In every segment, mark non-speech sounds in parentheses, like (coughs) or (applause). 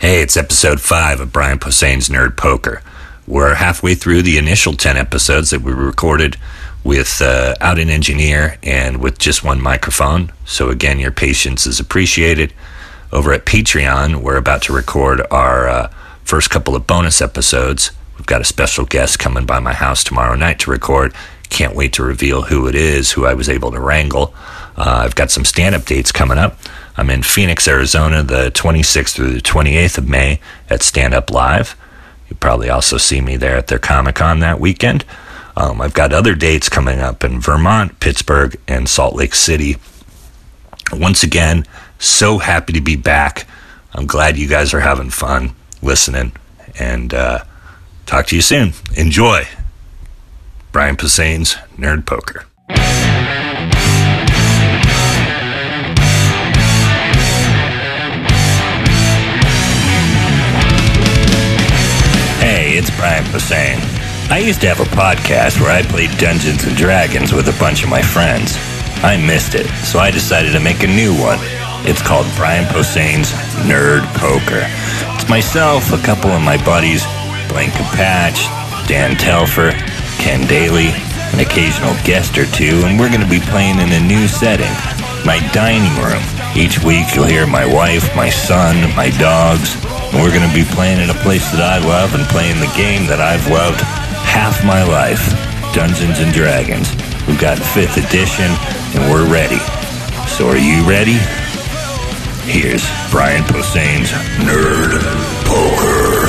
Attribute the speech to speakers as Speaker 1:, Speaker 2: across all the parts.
Speaker 1: it's episode five of Brian Posehn's Nerd Poker. We're halfway through the initial 10 episodes that we recorded with uh, out an engineer and with just one microphone. So, again, your patience is appreciated. Over at Patreon, we're about to record our uh, first couple of bonus episodes. We've got a special guest coming by my house tomorrow night to record. Can't wait to reveal who it is, who I was able to wrangle. Uh, I've got some stand up dates coming up. I'm in Phoenix, Arizona, the 26th through the 28th of May at Stand Up Live. You'll probably also see me there at their Comic Con that weekend. Um, I've got other dates coming up in Vermont, Pittsburgh, and Salt Lake City. Once again, so happy to be back. I'm glad you guys are having fun listening, and uh, talk to you soon. Enjoy. Brian Posehn's Nerd Poker. Hey, it's Brian Posehn. I used to have a podcast where I played Dungeons and Dragons with a bunch of my friends. I missed it, so I decided to make a new one. It's called Brian Posehn's Nerd Poker. It's myself, a couple of my buddies, Blaine Patch, Dan Telfer, Ken Daly, an occasional guest or two, and we're going to be playing in a new setting, my dining room. Each week you'll hear my wife, my son, my dogs, and we're going to be playing at a place that I love and playing the game that I've loved half my life, Dungeons and Dragons. We've got 5th edition, and we're ready. So are you ready? Here's Brian Posehn's Nerd Poker.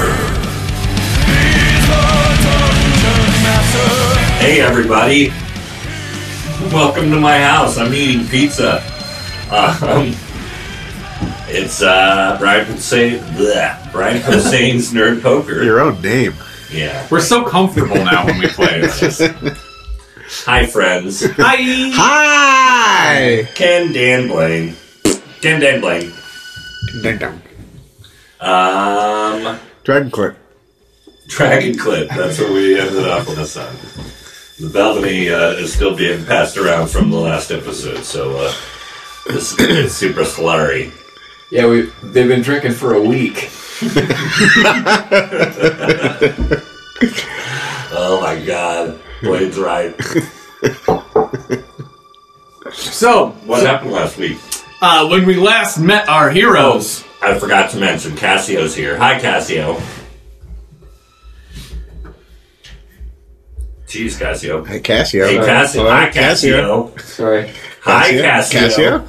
Speaker 1: Hey everybody! Welcome to my house. I'm eating pizza. (laughs) Um, it's uh, Brian Hussein, bleh, Brian Hussein's Nerd Poker.
Speaker 2: Your own name.
Speaker 1: Yeah.
Speaker 3: We're so comfortable now when we (laughs) play. It's just,
Speaker 1: Hi, friends.
Speaker 3: hi.
Speaker 2: Hi.
Speaker 1: Ken, Dan, Blaine. Ken, Dan, Blaine.
Speaker 2: Ding dong.
Speaker 1: Um,
Speaker 2: Dragon Clip.
Speaker 1: Dragon Clip. That's what we ended up on this time. The balcony uh, is still being passed around from the last episode, so uh, this is super slurry.
Speaker 4: Yeah, we they've been drinking for a week.
Speaker 1: Oh my god. Blaine's right.
Speaker 3: So,
Speaker 1: What happened last week?
Speaker 3: uh, when we last met our heroes,
Speaker 1: I forgot to mention Cassio's here. Hi, Cassio. Jeez, Cassio.
Speaker 2: Hey, Cassio.
Speaker 1: Hey, Cassio.
Speaker 2: Hello,
Speaker 1: Hi, Cassio.
Speaker 4: Sorry.
Speaker 1: Hi, Cassio.
Speaker 2: Cassio.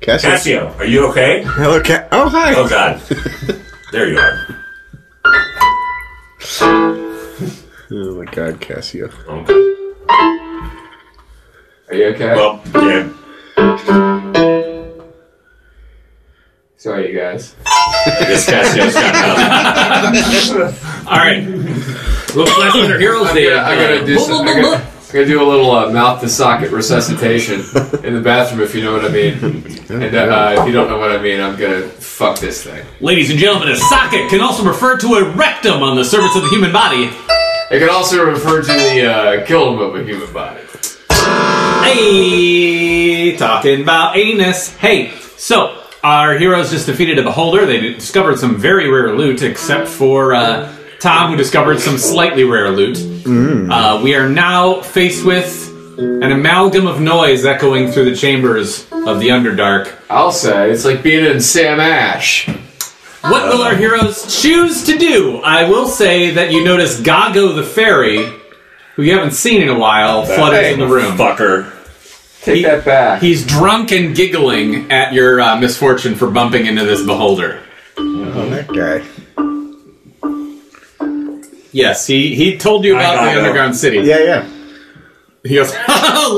Speaker 2: Cassio.
Speaker 1: Cassio, are you okay?
Speaker 2: Hello, Ca- Oh, hi.
Speaker 1: Oh, God.
Speaker 2: (laughs)
Speaker 1: There you are.
Speaker 2: Oh my God, Cassio.
Speaker 1: Okay.
Speaker 4: Are you okay?
Speaker 1: Well, yeah.
Speaker 4: Sorry, you guys.
Speaker 1: I guess Cassio's
Speaker 4: (laughs)
Speaker 1: got nothing.
Speaker 3: all right. Looks like our heroes
Speaker 4: I'm
Speaker 3: did.
Speaker 4: gonna, I'm gonna do some, I'm, gonna, I'm gonna do a little uh, mouth to socket resuscitation in the bathroom if you know what I mean. And uh, if you don't know what I mean, I'm gonna fuck this thing.
Speaker 3: Ladies and gentlemen, a socket can also refer to a rectum on the surface of the human body.
Speaker 4: It can also refer to the uh, killing of a human body.
Speaker 3: Hey, talking about anus. Hey, so our heroes just defeated a beholder. They discovered some very rare loot, except for uh, Tom, who discovered some slightly rare loot. Uh, we are now faced with an amalgam of noise echoing through the chambers of the Underdark.
Speaker 4: I'll say it's like being in Sam Ash.
Speaker 3: What will our heroes choose to do? I will say that you notice Gago the fairy, who you haven't seen in a while, flutters in the room.
Speaker 1: Fucker.
Speaker 4: Take
Speaker 3: He-
Speaker 4: that back.
Speaker 3: He's drunk and giggling at your uh, misfortune for bumping into this beholder.
Speaker 2: Oh, that guy.
Speaker 3: Yes, he, he told you about
Speaker 1: I
Speaker 3: the
Speaker 1: know.
Speaker 3: underground city.
Speaker 2: Yeah, yeah.
Speaker 3: He goes, (laughs)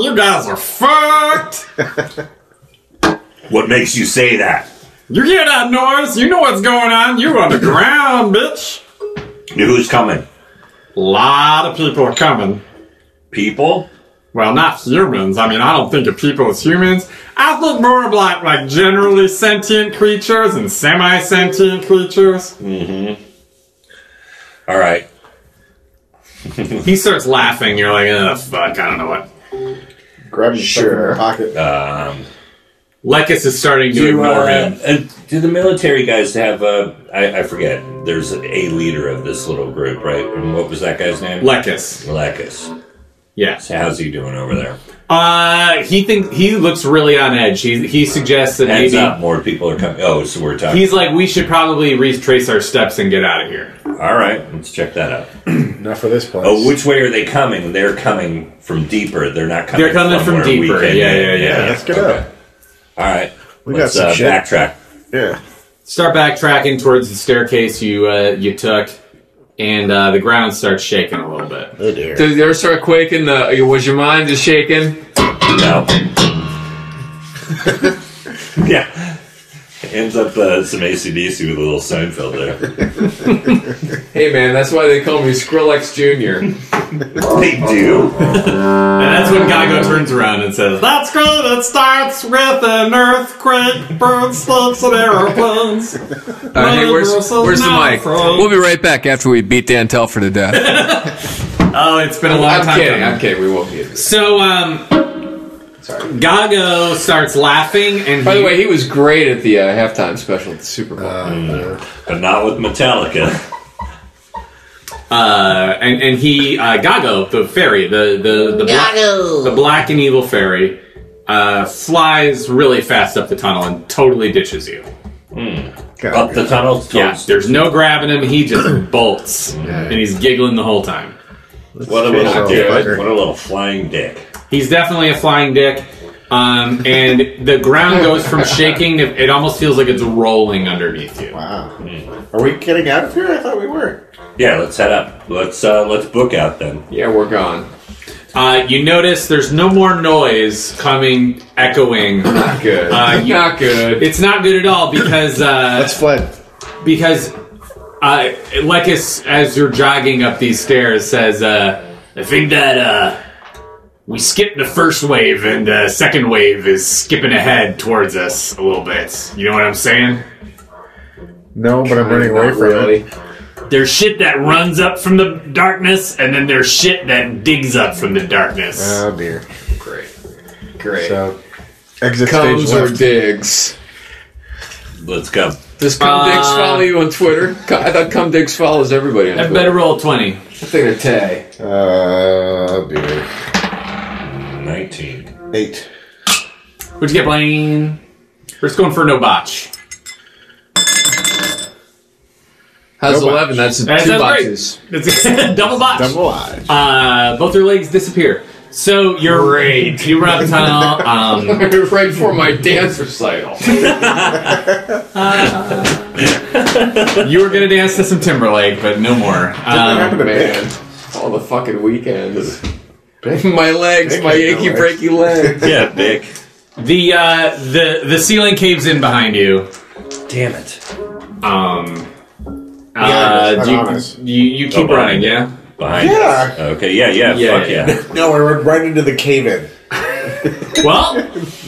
Speaker 3: You guys are fucked!
Speaker 1: What makes you say that?
Speaker 3: You hear that noise? You know what's going on. You underground, bitch.
Speaker 1: Who's coming?
Speaker 3: lot of people are coming.
Speaker 1: People?
Speaker 3: Well, not humans. I mean, I don't think of people as humans. I think more of like, like generally sentient creatures and semi sentient creatures.
Speaker 1: All right.
Speaker 3: He starts laughing. You're like, Ugh, fuck, I don't know what.
Speaker 2: Grab your sure.
Speaker 4: Sure.
Speaker 2: pocket.
Speaker 1: Um,
Speaker 3: Lekis is starting to
Speaker 1: Do,
Speaker 3: ignore
Speaker 1: uh,
Speaker 3: him.
Speaker 1: uh, do the military guys have uh, I, I forget. There's a leader of this little group, right? And what was that guy's name?
Speaker 3: Lekis.
Speaker 1: Lekis.
Speaker 3: Yeah.
Speaker 1: So how's he doing over there?
Speaker 3: Uh, he thinks he looks really on edge. He he suggests that
Speaker 1: Heads
Speaker 3: maybe
Speaker 1: up, more people are coming. Oh, so we're talking.
Speaker 3: he's like we should probably retrace our steps and get out of here.
Speaker 1: All right, let's check that out.
Speaker 2: Not for this place.
Speaker 1: Oh, which way are they coming? They're coming from deeper. They're not coming.
Speaker 3: They're coming from
Speaker 1: where we
Speaker 3: deeper.
Speaker 1: came
Speaker 3: Yeah,
Speaker 1: in.
Speaker 3: yeah,
Speaker 2: yeah, let's get
Speaker 1: Okay.
Speaker 2: up.
Speaker 1: All right.
Speaker 2: We got
Speaker 1: let's
Speaker 2: some
Speaker 1: uh,
Speaker 2: shit.
Speaker 1: backtrack.
Speaker 2: Yeah.
Speaker 3: Start backtracking towards the staircase you uh, you took, and uh, the ground starts shaking a little bit.
Speaker 2: Oh dear.
Speaker 4: Did you ever start quaking? The uh, was your mind just shaking?
Speaker 1: No. yeah. Ends up uh, some ACDC with a little Seinfeld there.
Speaker 4: Hey man, that's why they call me Skrillex Junior.
Speaker 1: they do.
Speaker 3: And that's when Geigo turns around and says, "That's good. It starts with an earthquake, burns, slugs, and airplanes."
Speaker 4: All right, Uh, hey, where's where's the mic? We'll be right back after we beat Dan Telfer to death.
Speaker 3: Oh, it's been a long
Speaker 4: (laughs) I'm
Speaker 3: time.
Speaker 4: kidding.
Speaker 3: coming.
Speaker 4: I'm kidding. We won't beat. Him.
Speaker 3: So, um, Gago starts laughing, and
Speaker 4: By the
Speaker 3: he-
Speaker 4: way, he was great at the uh, halftime special at the Super Bowl.
Speaker 2: Uh,
Speaker 1: But not with Metallica.
Speaker 3: uh, and and he uh, Gago, the fairy, the the the, bla- the black and evil fairy, uh, flies really fast up the tunnel and totally ditches you.
Speaker 2: God,
Speaker 1: Up the tunnel.
Speaker 3: Yeah,
Speaker 1: towards-
Speaker 3: there's no grabbing him. He just bolts, and he's giggling the whole time.
Speaker 1: What a little
Speaker 2: Shit,
Speaker 1: dick.
Speaker 2: fucker.
Speaker 1: What a little flying dick.
Speaker 3: He's definitely a flying dick. Um, and the ground goes from shaking; to, it almost feels like it's rolling underneath you.
Speaker 2: Wow.
Speaker 1: Hmm.
Speaker 2: Are we getting out of here? I thought we were.
Speaker 1: Yeah, let's head up. Let's uh, let's book out then.
Speaker 4: Yeah, we're gone.
Speaker 3: Uh, you notice there's no more noise coming, echoing.
Speaker 4: Not good.
Speaker 3: Uh, you-
Speaker 4: (laughs) Not good.
Speaker 3: It's not good at all because uh,
Speaker 2: Let's flood.
Speaker 3: because uh, like as, as you're jogging up these stairs says uh, I think that uh, we skipped the first wave and the second wave is skipping ahead towards us a little bit. You know what I'm saying?
Speaker 2: No, but I'm running
Speaker 4: Not
Speaker 2: away from
Speaker 4: really.
Speaker 2: it.
Speaker 3: There's shit that runs up from the darkness and then there's shit that digs up from the darkness.
Speaker 2: Oh dear.
Speaker 4: Great. Great.
Speaker 2: So, exit
Speaker 4: Comes
Speaker 2: stage
Speaker 4: or
Speaker 2: left.
Speaker 4: digs.
Speaker 1: Let's go.
Speaker 4: Does Cum Diggs
Speaker 3: Uh,
Speaker 4: follow you on Twitter? Cum- I thought Cum Diggs follows everybody on
Speaker 3: I
Speaker 4: Twitter.
Speaker 3: better roll 20.
Speaker 4: I think they're Tay.
Speaker 2: Oh dear.
Speaker 1: Nineteen.
Speaker 2: Eight.
Speaker 3: What'd you get, Blaine? We're just going for no botch.
Speaker 4: How's
Speaker 2: No
Speaker 4: 11? That's
Speaker 3: That
Speaker 4: two
Speaker 3: sounds great.
Speaker 4: boxes. (laughs)
Speaker 3: That's (laughs) double botch.
Speaker 2: Double eyes.
Speaker 3: Uh, both your legs disappear. So you're great. You run up the tunnel. Um,
Speaker 4: right before my dance
Speaker 2: (laughs)
Speaker 4: recital.
Speaker 3: Um, you were gonna dance to some Timberlake, but no more.
Speaker 2: What
Speaker 3: Um,
Speaker 2: happened to me?
Speaker 4: Man, all the fucking weekends. (laughs) my legs, my
Speaker 2: Big
Speaker 4: achy
Speaker 2: legs.
Speaker 4: breaky
Speaker 2: (laughs)
Speaker 4: legs.
Speaker 1: Yeah, Vic.
Speaker 3: the uh, the the ceiling caves in behind you.
Speaker 1: Damn it.
Speaker 3: Um,
Speaker 2: Yeah,
Speaker 3: uh,
Speaker 2: it's
Speaker 3: do
Speaker 2: not on us.
Speaker 3: you, you you keep
Speaker 1: Oh, wow.
Speaker 3: running, yeah.
Speaker 1: Behind
Speaker 2: Yeah.
Speaker 1: us. Okay. Yeah. Yeah.
Speaker 3: Yeah,
Speaker 1: Fuck
Speaker 3: yeah.
Speaker 2: (laughs)
Speaker 1: yeah.
Speaker 2: No, I run right into the cave in.
Speaker 3: Well,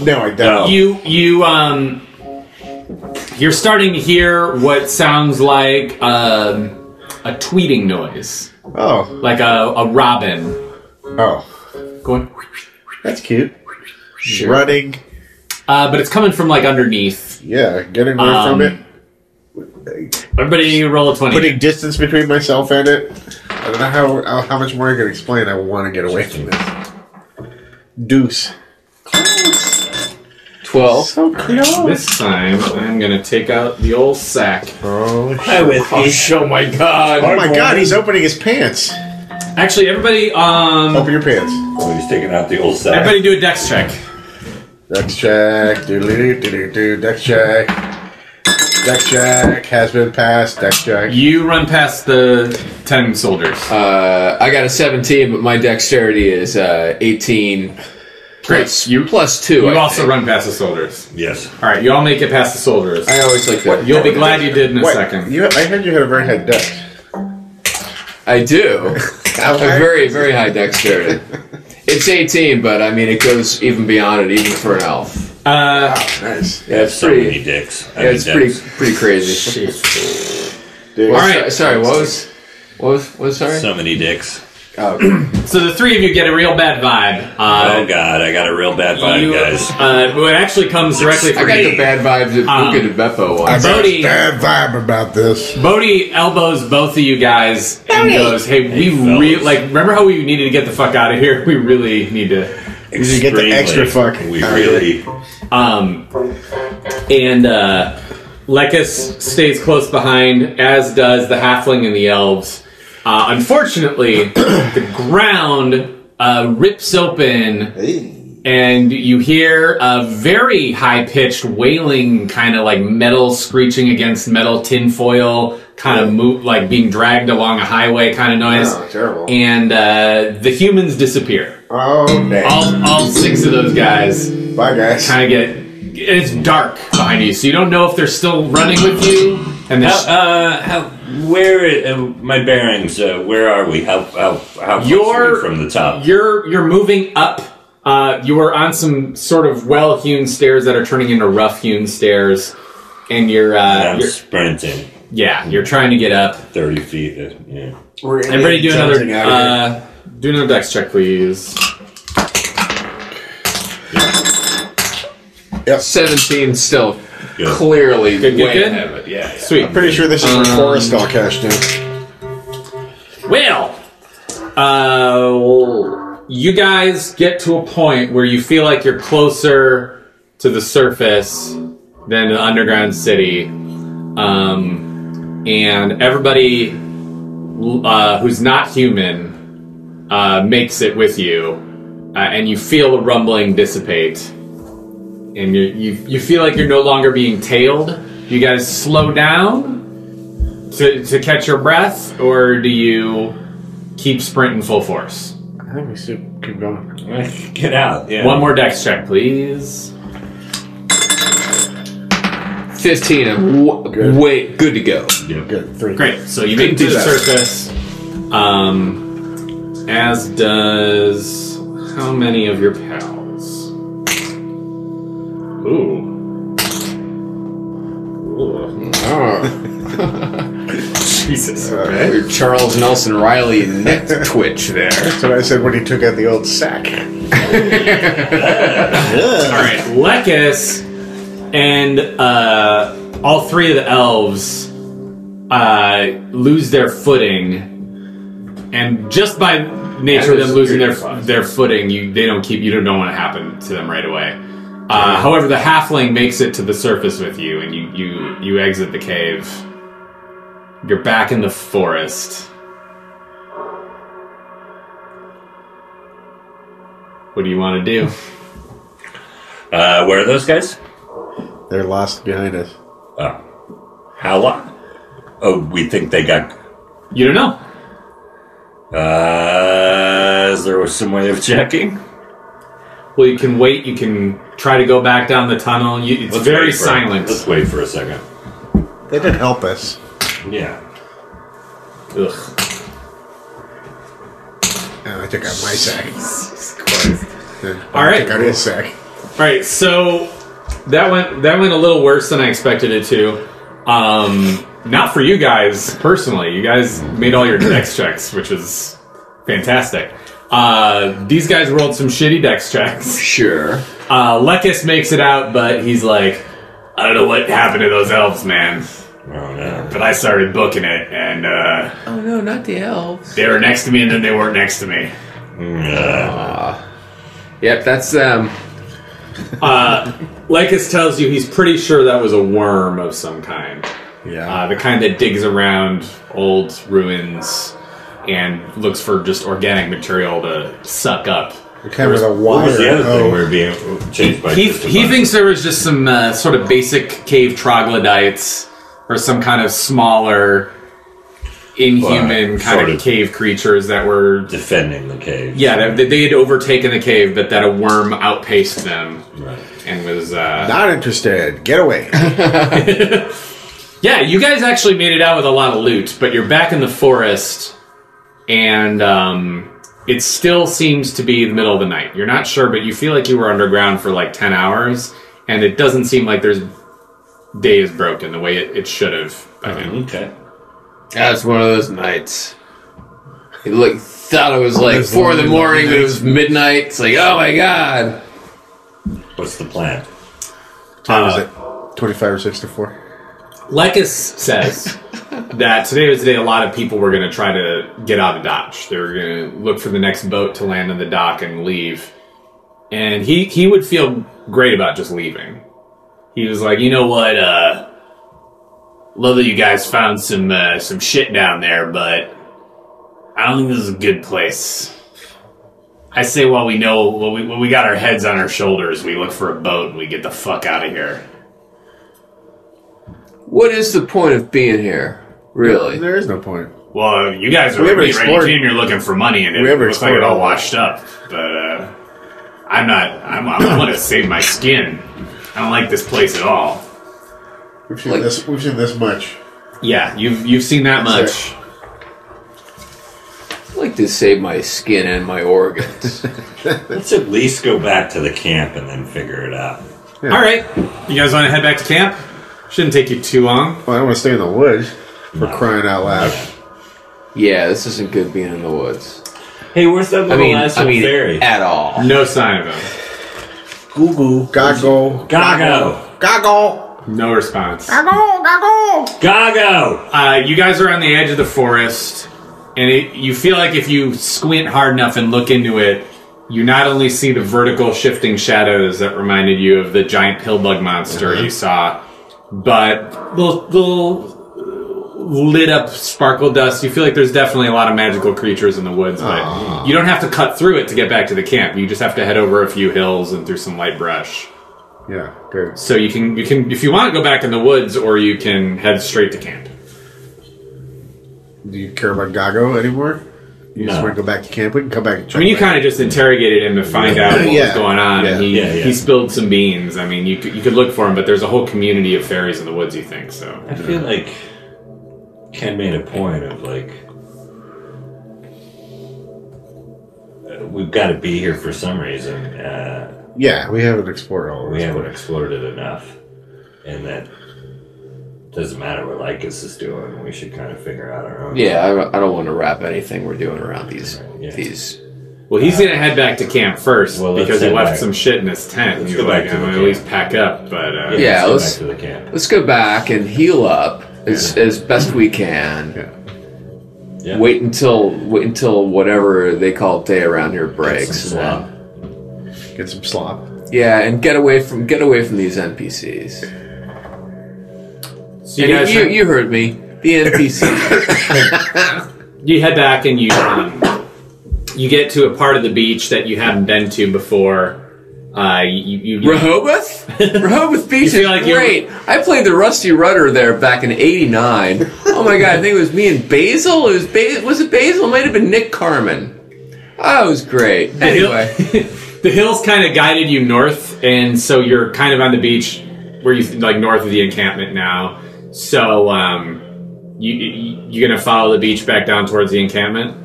Speaker 2: No, I don't.
Speaker 3: you you um you're starting to hear what sounds like um, a tweeting noise,
Speaker 2: Oh.
Speaker 3: like a, a robin
Speaker 2: Oh.
Speaker 3: going.
Speaker 2: That's cute. Running.
Speaker 3: Uh, but it's coming from like underneath.
Speaker 2: Yeah, getting away
Speaker 3: Um,
Speaker 2: from it.
Speaker 3: Everybody, roll a twenty.
Speaker 2: Putting distance between myself and it. I don't know how how, how much more I can explain. I want to get away from this. Deuce.
Speaker 4: 12.
Speaker 2: So close.
Speaker 3: This time, I'm gonna take out the old sack.
Speaker 2: Oh, sh-
Speaker 1: Hi, with
Speaker 4: Oh, sh- oh my
Speaker 2: oh
Speaker 4: god.
Speaker 2: my god, he's opening his pants.
Speaker 3: Actually, everybody, um,
Speaker 2: Open your pants.
Speaker 1: Oh, he's taking out the old sack.
Speaker 3: everybody, do a dex check.
Speaker 2: Dex check. Doodly doo doo doo. Dex check. Dex check has been passed. Dex check.
Speaker 3: You run past the ten soldiers.
Speaker 4: Uh, I got a 17, but my dexterity is uh, 18. Plus, you plus two.
Speaker 3: You
Speaker 4: I
Speaker 3: also
Speaker 4: think.
Speaker 3: run past the soldiers.
Speaker 1: Yes.
Speaker 3: All right, you all make it past the soldiers.
Speaker 4: I always like that.
Speaker 3: You'll be glad you did in a
Speaker 2: Wait,
Speaker 3: second.
Speaker 2: You, I heard you had a very high dex.
Speaker 4: I do. a very, very high dexterity. It's 18, but I mean, it goes even beyond it, even for an elf.
Speaker 3: Uh,
Speaker 2: nice.
Speaker 1: Yeah, it's so
Speaker 4: pretty-
Speaker 1: many dicks. I
Speaker 4: Yeah,
Speaker 1: mean,
Speaker 4: it's pretty,
Speaker 1: dicks.
Speaker 4: pretty crazy.
Speaker 2: Dude.
Speaker 3: All right.
Speaker 4: Sorry, sorry, what was, what was, what was sorry?
Speaker 1: So many dicks.
Speaker 2: Oh,
Speaker 3: So the three of you get a real bad vibe.
Speaker 1: Oh
Speaker 3: Uh,
Speaker 1: god, I got a real bad vibe,
Speaker 3: you,
Speaker 1: guys.
Speaker 3: Uh, well, it actually comes directly
Speaker 4: I
Speaker 3: from
Speaker 4: got the bad vibes that
Speaker 3: Um,
Speaker 4: Luca DeBeppo
Speaker 2: I
Speaker 4: wants.
Speaker 2: got a
Speaker 3: Bodhi.
Speaker 2: bad vibe about this.
Speaker 3: Bodhi elbows both of you guys and goes, "Hey, we
Speaker 1: fellas.
Speaker 3: really like. Remember how we needed to get the fuck out of here? We really need to."
Speaker 1: You
Speaker 2: should get the extra fuck
Speaker 1: We
Speaker 2: out of
Speaker 1: really
Speaker 3: Um, and uh, Lekas stays close behind, as does the halfling and the elves. Uh, unfortunately, the ground uh, rips open and you hear a very high pitched wailing, kind of like metal screeching against metal tinfoil, kind of move like being dragged along a highway kind of noise.
Speaker 2: Oh, terrible.
Speaker 3: And uh, the humans disappear.
Speaker 2: Oh, damn.
Speaker 3: All, all six of those guys
Speaker 2: Bye, guys.
Speaker 3: kind of get. It's dark behind you, so you don't know if they're still running with you. And
Speaker 1: How,
Speaker 3: there's
Speaker 1: uh, how, where, uh, my bearings, uh, where are we? How, how, how close are
Speaker 3: You're-
Speaker 1: we from the top?
Speaker 3: You're you're moving up. Uh, you are on some sort of well-hewn stairs that are turning into rough-hewn stairs, and you're, uh,
Speaker 1: I'm
Speaker 3: you're
Speaker 1: sprinting
Speaker 3: yeah you're trying to get up.
Speaker 1: 30 feet. uh, Yeah. (laughs)
Speaker 2: We're in
Speaker 3: Everybody do
Speaker 2: it,
Speaker 3: another
Speaker 2: jumping out of here.
Speaker 3: uh, do another dex check, please.
Speaker 2: uh,
Speaker 4: 17 still
Speaker 1: Good.
Speaker 4: clearly
Speaker 3: Good, good,
Speaker 4: way
Speaker 3: good?
Speaker 4: ahead of it. Yeah. yeah.
Speaker 3: Sweet.
Speaker 2: Pretty sure this is where Forrest got cashed in.
Speaker 3: Well, uh, you guys get to a point where you feel like you're closer to the surface than the underground city, um, and everybody uh, who's not human uh, makes it with you, uh, and you feel the rumbling dissipate, and you, you you feel like you're no longer being tailed. You guys slow down to, to catch your breath, or do you keep sprinting full force?
Speaker 2: I think we should keep going.
Speaker 1: Get out. Yeah.
Speaker 3: One more dex check, please.
Speaker 4: 15. I'm w-
Speaker 2: Good.
Speaker 4: way good to go.
Speaker 2: Good. Three.
Speaker 3: Great. So you make it to
Speaker 4: do
Speaker 3: the
Speaker 4: that.
Speaker 3: surface. Um, as does how many of your pals? Ooh. Ooh.
Speaker 2: (laughs) Oh,
Speaker 3: Jesus.
Speaker 2: okay.
Speaker 4: Your Charles Nelson Riley neck twitch there.
Speaker 2: That's what I said when he took out the old sack.
Speaker 3: All right, Lekus and uh, all three of the elves uh, lose their footing, and just by nature of them losing their their footing, you they don't keep you don't know what happened to them right away. Uh, however, the halfling makes it to the surface with you, and you you you exit the cave. You're back in the forest. What do you want to do?
Speaker 1: Uh, where are those guys?
Speaker 2: They're lost behind us.
Speaker 1: Oh. How long? Oh, we think they got.
Speaker 3: You don't know.
Speaker 1: Uh, is there some way of checking?
Speaker 3: Well, you can wait. You can try to go back down the tunnel. You, it's
Speaker 1: Let's
Speaker 3: very
Speaker 1: wait for-
Speaker 3: silent.
Speaker 1: Let's wait for a second.
Speaker 2: They did help us.
Speaker 1: Yeah.
Speaker 3: Ugh.
Speaker 2: And Uh, I took out my sack. And
Speaker 3: All right.
Speaker 2: I took out his sack.
Speaker 3: All right, so that went that went a little worse than I expected it to. Um, not for you guys personally. You guys made
Speaker 1: (clears throat)
Speaker 3: all your dex checks, which is fantastic. Uh, these guys rolled some shitty dex checks.
Speaker 4: Sure.
Speaker 3: Uh, Lekus makes it out, but he's like, I don't know what happened to those elves, man.
Speaker 1: Oh, no.
Speaker 3: But I started booking it, and uh,
Speaker 4: Oh no, not the elves.
Speaker 3: they were next to me, and then they weren't next to me.
Speaker 1: Uh,
Speaker 4: Yep, that's um.
Speaker 3: Uh, Lycus tells you he's pretty sure that was a worm of some kind.
Speaker 2: Yeah.
Speaker 3: Uh,
Speaker 1: Ah.
Speaker 3: the kind that digs around old ruins and looks for just organic material to suck up.
Speaker 2: The camera's a wire.
Speaker 1: what was the other
Speaker 2: oh,
Speaker 1: thing we were being chased by?
Speaker 3: He,
Speaker 1: just a
Speaker 3: he
Speaker 1: bunch?
Speaker 3: thinks there was just some uh, sort of basic cave troglodytes or some kind of smaller inhuman
Speaker 1: Well,
Speaker 3: kind
Speaker 1: sort
Speaker 3: of,
Speaker 1: of.
Speaker 3: cave creatures that were.
Speaker 1: defending the cave.
Speaker 3: Yeah, they, they had overtaken the cave, but that a worm outpaced them
Speaker 1: Right.
Speaker 3: and was. Uh,
Speaker 2: Oh, Not interested. Get away.
Speaker 3: Yeah, you guys actually made it out with a lot of loot, but you're back in the forest, and um, it still seems to be the middle of the night. You're not sure, but you feel like you were underground for like 10 hours, and it doesn't seem like there's day is broken the way it, it should have. by now.
Speaker 1: Okay.
Speaker 4: That's one of those nights. He looked, thought it was like
Speaker 2: There's
Speaker 4: four in the
Speaker 2: one
Speaker 4: morning, but it was midnight. It's like, oh my god.
Speaker 1: What's the plan?
Speaker 2: time is it? 25 or 64?
Speaker 3: Lekas says that today was the day a lot of people were going to try to get out of Dodge. They were going to look for the next boat to land on the dock and leave. And he, he would feel great about just leaving. He was like, you know what? Uh, love that you guys found some uh, some shit down there, but I don't think this is a good place. I say while we know while we, while we got our heads on our shoulders, we look for a boat and we get the fuck out of here.
Speaker 4: What is the point of being here, really?
Speaker 2: There is no point.
Speaker 3: Well, you guys are
Speaker 2: We
Speaker 3: a
Speaker 2: haven't
Speaker 3: ready
Speaker 2: explored-
Speaker 3: team. You're looking for money, and it
Speaker 2: We haven't
Speaker 3: looks like it
Speaker 2: explored
Speaker 3: all
Speaker 2: all
Speaker 3: washed up. But uh, I'm not. I'm, I want to save my skin. I don't like this place at all.
Speaker 2: We've seen
Speaker 4: Like-
Speaker 2: this. We've seen this much.
Speaker 3: Yeah, you've you've seen that
Speaker 2: That's
Speaker 3: much.
Speaker 4: I like to save my skin and my organs. (laughs)
Speaker 1: Let's at least go back to the camp and then figure it out.
Speaker 3: All right, you guys want to head back to camp? Shouldn't take you too long.
Speaker 2: Well, I don't want to stay in the woods for crying out loud.
Speaker 4: yeah, this isn't good being in the woods.
Speaker 1: Hey, where's that little
Speaker 4: I mean,
Speaker 1: ass
Speaker 4: I mean,
Speaker 1: fairy?
Speaker 4: at all.
Speaker 3: No sign of him.
Speaker 1: Goo goo.
Speaker 2: Goggle.
Speaker 1: Gago.
Speaker 2: Goggle.
Speaker 3: No response.
Speaker 2: Goggle. Goggle.
Speaker 1: Gago.
Speaker 3: Uh, you guys are on the edge of the forest, and it, you feel like if you squint hard enough and look into it, you not only see the vertical shifting shadows that reminded you of the giant pill bug monster you saw, but little, little uh, lit up sparkle dust. You feel like there's definitely a lot of magical creatures in the woods, but you don't have to cut through it to get back to the camp. You just have to head over a few hills and through some light brush.
Speaker 2: Yeah, good.
Speaker 3: So you can you can if you want go back in the woods, or you can head straight to camp.
Speaker 2: Do you care about Gago anymore? You just
Speaker 1: No.
Speaker 2: want to go back to camp? We can come back and check.
Speaker 3: I mean, you
Speaker 2: it out.
Speaker 3: kind of just interrogated him to find out what
Speaker 2: Yeah.
Speaker 3: was going on, and he,
Speaker 1: Yeah, yeah.
Speaker 3: he spilled some beans. I mean, you could, you could look for him, but there's a whole community of fairies in the woods. You think so?
Speaker 1: I feel like Ken made a point of like uh, we've got to be here for some reason. Uh,
Speaker 2: Yeah, we haven't explored all of
Speaker 1: we
Speaker 2: this.
Speaker 1: haven't explored it enough, and that doesn't matter what Lycus is doing. We should kind of figure out our own.
Speaker 4: Yeah, I, I don't want to wrap anything we're doing around these
Speaker 1: Yeah.
Speaker 4: these
Speaker 3: Well, he's gonna head back to camp first
Speaker 1: Well, let's
Speaker 3: because he
Speaker 1: head
Speaker 3: left
Speaker 1: back.
Speaker 3: some shit in his
Speaker 1: Let's
Speaker 3: tent. and he was
Speaker 1: go back
Speaker 3: like,
Speaker 1: to
Speaker 3: I'm
Speaker 1: the
Speaker 3: gonna at
Speaker 1: camp."
Speaker 3: least pack up, but uh,
Speaker 1: let's
Speaker 4: Yeah,
Speaker 1: go
Speaker 4: let's-
Speaker 1: back to the camp.
Speaker 4: let's go back and heal up as, as best we can.
Speaker 2: Yeah.
Speaker 1: Yeah.
Speaker 4: Wait until wait until whatever they call day around here breaks.
Speaker 1: Some slop.
Speaker 2: Get some slop.
Speaker 4: Yeah, and get away from get away from these NPCs.
Speaker 3: so
Speaker 4: You,
Speaker 3: you guys
Speaker 4: you, you heard me. The NPCs.
Speaker 3: (laughs) you head back and you um, you get to a part of the beach that you haven't been to before. Uh, you, you, you
Speaker 4: Rehoboth? Rehoboth Beach
Speaker 3: You
Speaker 4: is
Speaker 3: feel like you're-
Speaker 4: great. I played the Rusty Rudder there back in '89. Oh my god, I think it was me and Basil. It was Basil. Was it Basil? It might have been Nick Carmen. Oh, it was great. Anyway,
Speaker 3: The, hill- (laughs) the hills kind of guided you north, and so you're kind of on the beach where you like north of the encampment now. So um, you, you you're gonna follow the beach back down towards the encampment.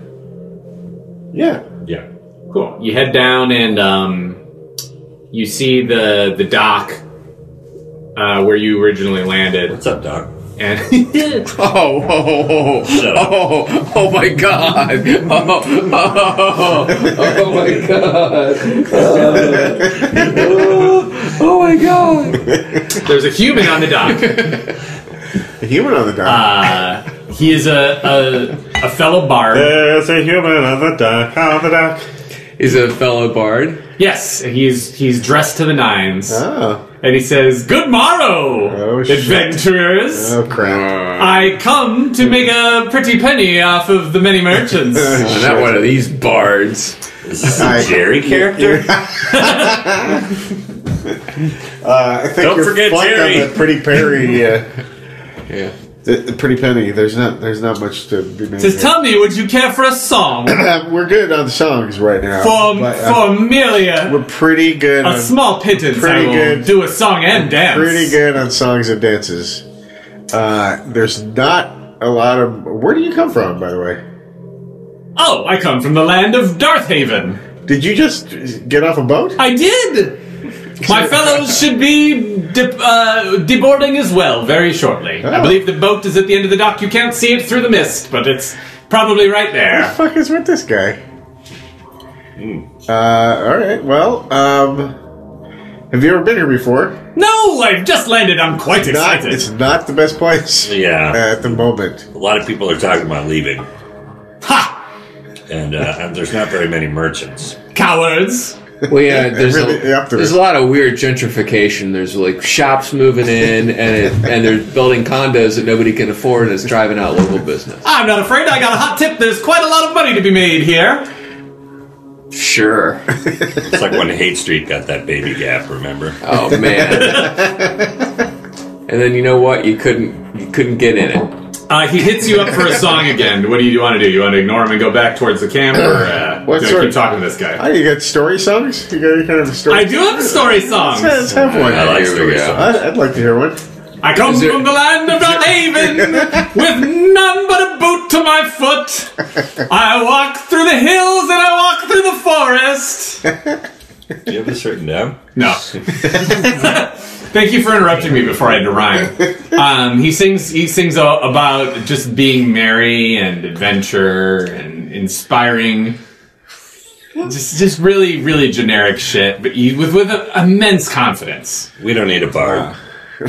Speaker 2: Yeah.
Speaker 1: Yeah.
Speaker 3: Cool. You head down and um, you see the the dock uh, where you originally landed,
Speaker 1: What's up, Doc?
Speaker 3: and (laughs)
Speaker 4: Oh, oh, oh,
Speaker 1: Shut up.
Speaker 4: oh, oh, oh my god. Oh, oh, oh, oh my god. Oh, oh my god.
Speaker 3: there's a human on the dock.
Speaker 2: A human on the dock.
Speaker 3: Uh, he is a, a a fellow bard.
Speaker 2: There's a human on the dock. On the dock.
Speaker 4: He's a fellow bard.
Speaker 3: Yes, he's he's dressed to the nines.
Speaker 2: Oh.
Speaker 3: and he says, "Good morrow,
Speaker 2: Oh, shit.
Speaker 3: adventurers.
Speaker 2: Oh, crap.
Speaker 3: I come to make a pretty penny off of the
Speaker 2: (laughs)
Speaker 3: many (laughs) merchants."
Speaker 4: Oh, not one of these bards.
Speaker 1: Is this
Speaker 2: Hi.
Speaker 1: a Jerry character?
Speaker 2: Uh, I think
Speaker 1: Don't
Speaker 2: you're
Speaker 1: forget
Speaker 2: flunked
Speaker 1: Jerry.
Speaker 2: on the
Speaker 1: (laughs)
Speaker 2: pretty Perry. Uh,
Speaker 4: Yeah.
Speaker 2: the, the pretty penny. There's not. There's not much to be made.
Speaker 3: Says,
Speaker 2: here.
Speaker 3: "Tell me, would you care for
Speaker 2: (coughs)
Speaker 3: a song
Speaker 2: Uh, (clears throat) we're good on songs right now.
Speaker 3: for
Speaker 2: but, uh,
Speaker 3: for merely a,
Speaker 2: we're pretty good.
Speaker 3: a
Speaker 2: On,
Speaker 3: small pittance?
Speaker 2: pretty
Speaker 3: I will
Speaker 2: good-
Speaker 3: do a song and dance.
Speaker 2: pretty good on songs and dances. Uh, there's not a lot of. Where do you come from, by the way?
Speaker 3: Oh, I come from the land of Darth Haven.
Speaker 2: Did you just get off a boat?
Speaker 3: I did.
Speaker 2: (laughs)
Speaker 3: My fellows should be de- uh, deboarding as well very shortly. I
Speaker 2: Oh.
Speaker 3: believe the boat is at the end of the dock. You can't see it through the mist, but it's probably
Speaker 2: (laughs)
Speaker 3: right there.
Speaker 2: fuck is with this guy? Uh, all right. Well, um, have you ever been here before?
Speaker 3: No, I've just landed. I'm quite
Speaker 2: Not,
Speaker 3: excited.
Speaker 2: it's not the best place.
Speaker 1: Yeah.
Speaker 2: At the moment.
Speaker 1: A lot of people are talking about leaving,
Speaker 3: ha!
Speaker 1: and uh, there's not very many merchants.
Speaker 3: Cowards!
Speaker 4: Well, yeah, there's,
Speaker 2: Really
Speaker 4: a,
Speaker 2: up to
Speaker 4: there's
Speaker 2: it.
Speaker 4: a lot of weird gentrification. There's like shops moving in, and it, and they're building condos that nobody can afford, and it's driving out local business.
Speaker 3: I'm not afraid. I got a hot tip. There's quite a lot of money to be made here.
Speaker 4: Sure.
Speaker 1: It's like when Hate Street got that baby gap. Remember?
Speaker 4: Oh man. and then you know what? You couldn't you couldn't get in it.
Speaker 3: Uh, he hits you up for a song again. What do you want to do? You want to ignore him and go back towards the camp, or uh,
Speaker 2: What
Speaker 3: do I
Speaker 2: sort-
Speaker 3: keep talking to this guy?
Speaker 2: Oh, you got story songs? You got any kind of a story?
Speaker 3: I do have story songs.
Speaker 2: Let's have one.
Speaker 1: Oh, I like
Speaker 4: Here we
Speaker 1: story
Speaker 4: go.
Speaker 1: songs.
Speaker 2: I'd, I'd like to hear one.
Speaker 3: I come
Speaker 4: Is there-
Speaker 3: from the land of not haven, with none but a boot to my foot. I walk through the hills and I walk through the forest.
Speaker 1: Do you have this written down?
Speaker 3: No. Thank you for interrupting me before I had to rhyme. Um, he sings. He sings a- about just being merry and adventure and inspiring. Just, just really, really generic shit, but you, with with immense confidence.
Speaker 1: We don't need a bar.
Speaker 2: All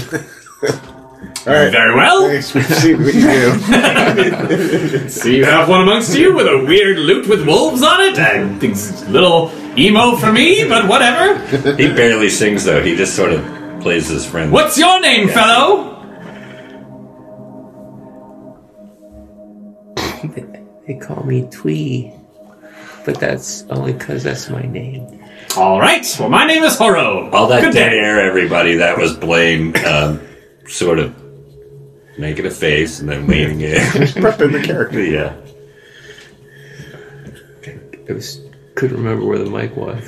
Speaker 2: right.
Speaker 3: Very well.
Speaker 2: Thanks. We'll see what you (laughs) do.
Speaker 3: So you have one amongst you with a weird lute with wolves on it. I think it's a little emo for me, but whatever.
Speaker 1: He barely sings though. He just sort of plays his friend.
Speaker 3: What's your name, fellow?
Speaker 5: They call me Twee, but that's only 'cause that's my name.
Speaker 3: All right. Well, my name is Horo.
Speaker 1: All that
Speaker 3: Good
Speaker 1: dead
Speaker 3: day.
Speaker 1: air, everybody. That was Blaine, um, sort of making a face and then leaning in. (laughs)
Speaker 2: Prepping the character.
Speaker 1: yeah.
Speaker 5: I was couldn't remember where the mic was.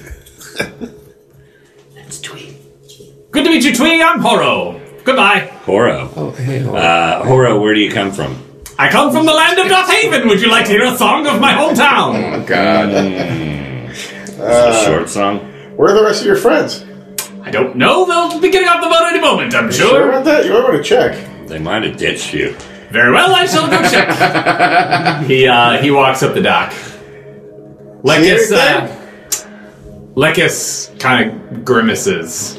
Speaker 3: Good to meet you, Twee. I'm Horo. Goodbye.
Speaker 1: Horo.
Speaker 5: Oh, hey, hold on.
Speaker 1: Uh, Horo, where do you come from?
Speaker 3: I come from the land of Doth Haven. Would you like to hear a song of my hometown?
Speaker 4: Oh God.
Speaker 1: Is it a short song?
Speaker 2: Where are the rest of your friends?
Speaker 3: I don't know. They'll be getting off the boat any moment, I'm
Speaker 2: Sure
Speaker 3: sure.
Speaker 2: about that? You might want to check.
Speaker 1: They might have ditched you.
Speaker 3: Very well, I shall go check. (laughs) he uh, he walks up the dock. Lekis,
Speaker 2: See you
Speaker 3: uh,
Speaker 2: again?
Speaker 3: Lekis kind of grimaces.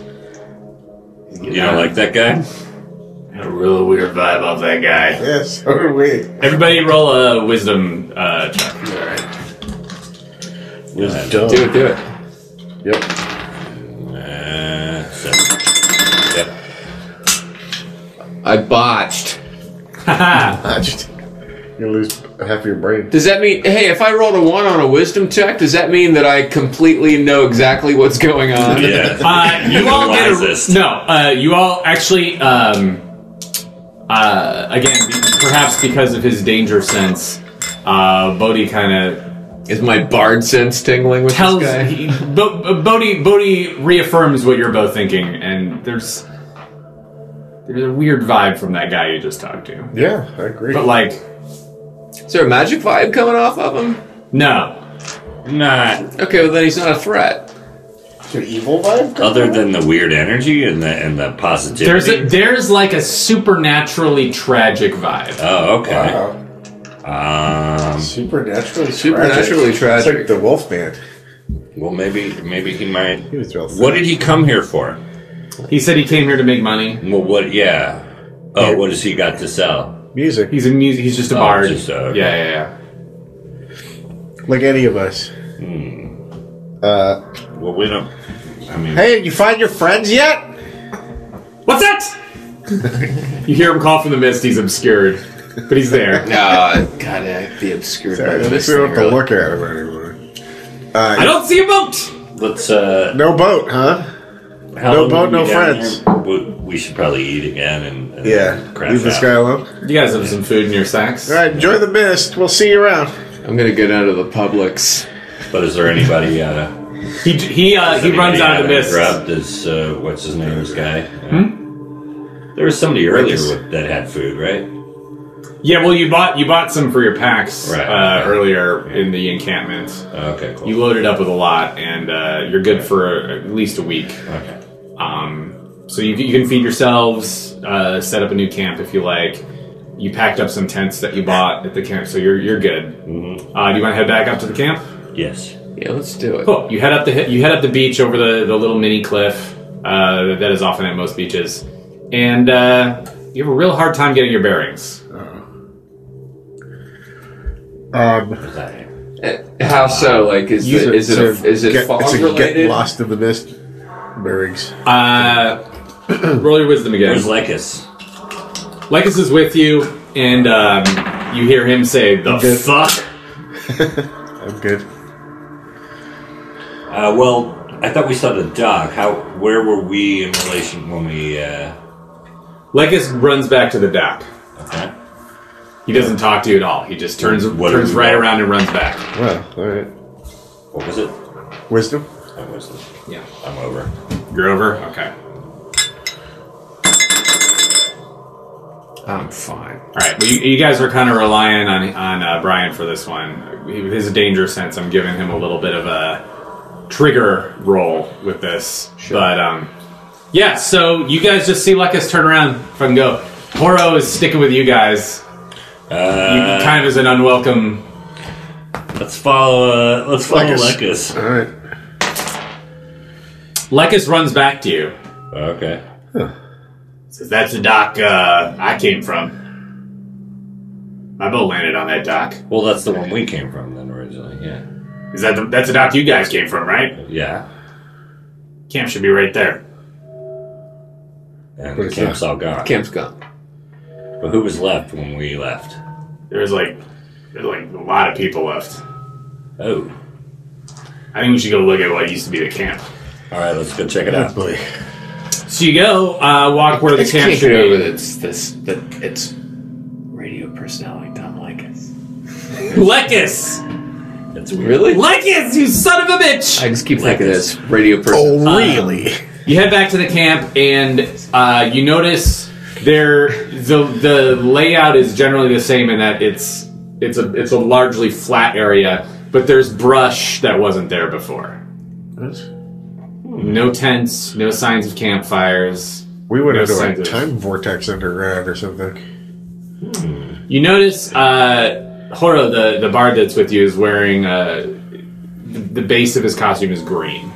Speaker 1: You don't like that guy?
Speaker 3: Had a real weird vibe off that guy.
Speaker 2: Yes. oh, So do we.
Speaker 3: Everybody roll a wisdom uh, check.
Speaker 1: Was
Speaker 4: Do it. Do it.
Speaker 2: Yep.
Speaker 1: Uh, seven. Yep.
Speaker 4: I botched.
Speaker 3: (laughs) Haha.
Speaker 2: Botched. You lose half your brain.
Speaker 4: Does that mean? Hey, if I rolled a one on a wisdom check, does that mean that I completely know exactly what's going on?
Speaker 1: Yeah. (laughs)
Speaker 3: Uh, you all get
Speaker 1: Wisest.
Speaker 3: a, no. Uh, you all actually um, uh, again be- perhaps because of his danger sense, uh, Bodhi kind of
Speaker 4: Is my bard sense tingling with
Speaker 3: tells
Speaker 4: this guy?
Speaker 3: he, Bo- Bodhi Bodhi reaffirms what you're both thinking, and there's there's a weird vibe from that guy you just talked to,
Speaker 2: Yeah, I agree.
Speaker 3: but like
Speaker 4: Is there a magic vibe coming off of him?
Speaker 3: no.
Speaker 1: Not
Speaker 4: Okay, well then he's not a threat.
Speaker 2: an evil vibe?
Speaker 1: other than the weird energy and the and the positivity.
Speaker 3: There's a, there's like a supernaturally tragic vibe.
Speaker 1: oh, okay.
Speaker 2: Wow.
Speaker 1: Um,
Speaker 2: Supernaturally
Speaker 4: Supernaturally
Speaker 2: It's
Speaker 4: tragic.
Speaker 2: like the Wolfman.
Speaker 1: well, maybe maybe he might.
Speaker 2: He was real
Speaker 1: What did he come here for?
Speaker 3: He said he came here to make money.
Speaker 1: Well, what? Yeah. Oh, what has he got to sell?
Speaker 2: Music.
Speaker 3: He's a music. He's just a bard.
Speaker 1: just, uh,
Speaker 3: yeah, yeah, yeah.
Speaker 2: like any of us.
Speaker 1: Well, we don't. I mean,
Speaker 2: Hey, you find your friends yet?
Speaker 3: What's that? (laughs) you hear him call from the mist. He's obscured, but he's there.
Speaker 4: No, gotta be obscured
Speaker 2: Sorry,
Speaker 4: by
Speaker 2: at least
Speaker 4: this.
Speaker 2: we don't
Speaker 4: Thing,
Speaker 2: have to
Speaker 4: really.
Speaker 2: look at him anymore.
Speaker 3: I don't see a boat.
Speaker 1: let's. Uh,
Speaker 2: No boat, huh?
Speaker 1: how
Speaker 2: no
Speaker 1: long will
Speaker 2: boat, no
Speaker 1: we be down
Speaker 2: friends.
Speaker 1: here? We, we should probably eat again and, and
Speaker 2: Yeah.
Speaker 1: crash
Speaker 2: Leave this
Speaker 1: out.
Speaker 2: guy alone.
Speaker 3: You guys have some food in your sacks.
Speaker 2: All right, enjoy the mist. We'll see you around.
Speaker 4: I'm gonna go down to the Publix.
Speaker 1: But is there anybody? Uh,
Speaker 3: He he uh,
Speaker 1: does
Speaker 3: he runs
Speaker 1: anybody
Speaker 3: out of the
Speaker 1: have
Speaker 3: mist.
Speaker 1: Grabbed his uh, what's his name? This guy. Uh,
Speaker 3: Hmm?
Speaker 1: There was somebody earlier
Speaker 2: just-
Speaker 1: with, that had food, right?
Speaker 3: Yeah, well, you bought you bought some for your packs
Speaker 1: Right.
Speaker 3: uh, earlier in the encampment.
Speaker 1: Oh, Okay, cool.
Speaker 3: You loaded up with a lot, and uh, you're good for at least a week.
Speaker 1: okay.
Speaker 3: Um, so you, you can feed yourselves, uh, set up a new camp if you like. You packed up some tents that you bought at the camp, so you're you're good. Uh, do you want to head back up to the camp?
Speaker 1: Yes.
Speaker 5: Yeah, let's do it.
Speaker 3: Cool. You head up the hi- you head up the beach over the, the little mini cliff uh, that is often at most beaches, and uh, you have a real hard time getting your bearings.
Speaker 2: Um,
Speaker 4: Eh, How so? Like, is,
Speaker 2: it's
Speaker 4: the,
Speaker 2: a-
Speaker 4: is it
Speaker 2: it's
Speaker 4: a,
Speaker 2: a
Speaker 4: is it
Speaker 2: get,
Speaker 4: fog
Speaker 2: it's a get
Speaker 4: related?
Speaker 2: lost in the mist bearings.
Speaker 3: Uh, (clears throat) roll your wisdom again.
Speaker 1: Where's Lycus?
Speaker 3: Lycus is with you, and um, you hear him say, "The
Speaker 2: Good.
Speaker 3: fuck."
Speaker 2: I'm good.
Speaker 1: Uh, well, I thought we saw the dog. How? Where were we in relation when we? Uh,
Speaker 3: Lycus runs back to the dock.
Speaker 1: okay.
Speaker 3: He doesn't talk to you at all. He just turns
Speaker 1: What
Speaker 3: turns
Speaker 1: do we
Speaker 3: right
Speaker 1: roll?
Speaker 3: around and runs back.
Speaker 2: Well, all right.
Speaker 1: What was it?
Speaker 2: Wisdom.
Speaker 1: That was it.
Speaker 3: Yeah,
Speaker 1: I'm over.
Speaker 3: you're over. Okay, all
Speaker 4: I'm fine.
Speaker 3: right. Well, you, you guys are kind of relying on on uh, Brian for this one. He- His danger sense. I'm giving him a little bit of a trigger roll with this, but um, yeah. So you guys just see Lycus turn around and go. Poro is sticking with you guys.
Speaker 1: Uh,
Speaker 3: kind of is an unwelcome
Speaker 1: let's follow. Uh, let's follow
Speaker 2: Lycus.
Speaker 1: Lycus.
Speaker 2: All right.
Speaker 3: Lekus runs back to you.
Speaker 1: Okay.
Speaker 3: Says, That's the dock uh, I came from. My boat landed on that dock.
Speaker 1: Well, that's the one we came from then originally. Yeah.
Speaker 3: Is that the, that's the dock you guys came from, right?
Speaker 1: Yeah.
Speaker 3: Camp should be right there.
Speaker 1: And
Speaker 2: But
Speaker 1: the
Speaker 2: it's
Speaker 1: camp's all gone.
Speaker 4: Camp's gone.
Speaker 1: But who was left when we left?
Speaker 3: There's like there's like a lot of people left.
Speaker 1: Oh.
Speaker 3: I think we should go look at what used to be the camp.
Speaker 1: All right. Let's go check it out.
Speaker 2: Boy.
Speaker 3: So you go uh, walk where the
Speaker 5: Let's
Speaker 3: camp
Speaker 5: kick
Speaker 3: should
Speaker 5: it over
Speaker 3: be.
Speaker 5: this, this, that it's radio personality Tom Likas.
Speaker 3: Lekus,
Speaker 1: That's weird.
Speaker 4: Really?
Speaker 3: Lekus, you son of a bitch!
Speaker 4: I just keep thinking this radio person.
Speaker 2: Oh, really?
Speaker 3: You head back to the camp and uh, you notice there the the layout is generally the same in that it's it's a it's a largely flat area, but there's brush that wasn't there before. No tents, no signs of campfires.
Speaker 2: We went
Speaker 3: No
Speaker 2: into a
Speaker 3: signs of-
Speaker 2: time vortex underground or something.
Speaker 3: You notice uh, Horo, the the bard that's with you, is wearing uh, the, the base of his costume is green.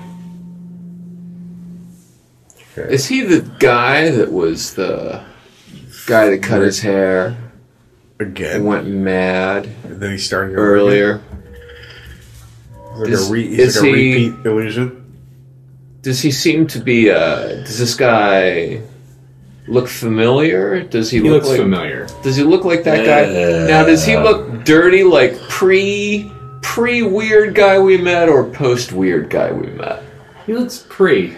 Speaker 4: Is he the guy that was the guy that cut his hair and
Speaker 2: Again.
Speaker 4: went mad
Speaker 2: And then he started over
Speaker 4: earlier?
Speaker 2: again. Like
Speaker 4: Is-
Speaker 2: a re-
Speaker 4: is
Speaker 2: is like a
Speaker 4: he-
Speaker 2: repeat illusion?
Speaker 4: Does he seem to be? Uh, does this guy look familiar? Does he,
Speaker 3: He
Speaker 4: look
Speaker 3: looks
Speaker 4: like?
Speaker 3: familiar.
Speaker 4: Does he look like that guy?
Speaker 1: Uh,
Speaker 4: now, does he look dirty like pre pre weird guy we met or post weird guy we met?
Speaker 3: He looks pretty.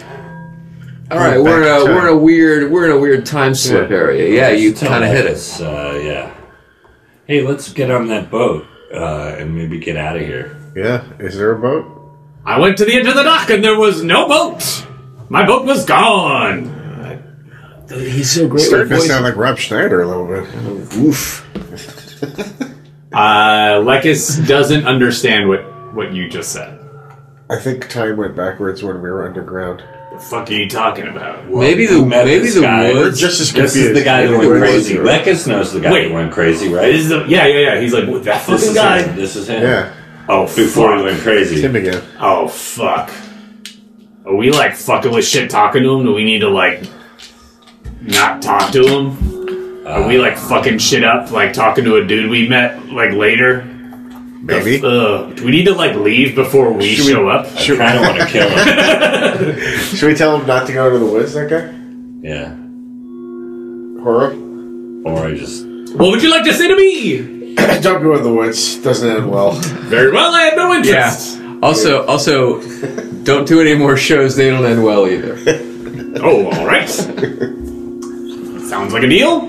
Speaker 4: All right,
Speaker 2: We're
Speaker 4: we're in
Speaker 2: back
Speaker 4: a
Speaker 2: in
Speaker 4: we're in a
Speaker 2: time.
Speaker 4: weird we're in a weird time slip
Speaker 2: Yeah.
Speaker 4: area. Yeah, you
Speaker 1: Tell
Speaker 4: kind of hit it.
Speaker 1: Lycus, Uh, yeah. Hey, let's get on that boat uh, and maybe get out of here.
Speaker 2: Yeah. Is there a boat?
Speaker 3: I went to the end of the dock and there was no boat. My boat was gone.
Speaker 4: He's so great
Speaker 2: Starting to sound like Rob Schneider a little bit.
Speaker 4: Oof.
Speaker 3: Uh, Lekus doesn't understand what what you just said.
Speaker 2: I think time went backwards when we were underground.
Speaker 3: The fuck are you talking about?
Speaker 4: Maybe the
Speaker 1: we met
Speaker 4: maybe
Speaker 1: this
Speaker 4: the
Speaker 1: guy.
Speaker 2: We're
Speaker 4: woods.
Speaker 2: just as
Speaker 1: This
Speaker 2: confused.
Speaker 1: is the guy that
Speaker 2: We're
Speaker 1: went crazy.
Speaker 2: just-
Speaker 1: Lekus knows the guy
Speaker 3: Wait.
Speaker 1: that went crazy, right?
Speaker 3: This is the, yeah, yeah, yeah. He's like "What, that
Speaker 1: This
Speaker 3: fucking
Speaker 1: is
Speaker 3: guy.
Speaker 1: him. This is him.
Speaker 2: Yeah.
Speaker 3: Oh,
Speaker 1: Before he
Speaker 3: fuck.
Speaker 1: went crazy.
Speaker 2: Him again.
Speaker 3: Oh, fuck. Are we like fucking with shit talking to him? Do we need to like not talk to him? Are we like fucking shit up, like talking to a dude we met like later?
Speaker 2: Maybe.
Speaker 3: Ugh. Do we need to like leave before we
Speaker 2: Should we-
Speaker 3: show up?
Speaker 1: I kind of want to kill him.
Speaker 2: Should we tell him not to go to the woods, that guy?
Speaker 1: yeah.
Speaker 2: Horror?
Speaker 1: Or I just.
Speaker 3: What would you like to say to
Speaker 2: (coughs)
Speaker 3: me?
Speaker 2: Don't go in the woods. Doesn't end well.
Speaker 3: Very well, I have no
Speaker 4: Yeah.
Speaker 3: interest.
Speaker 4: Also, also, don't do any more shows. They don't end well either.
Speaker 3: Oh, all right. Sounds like a deal.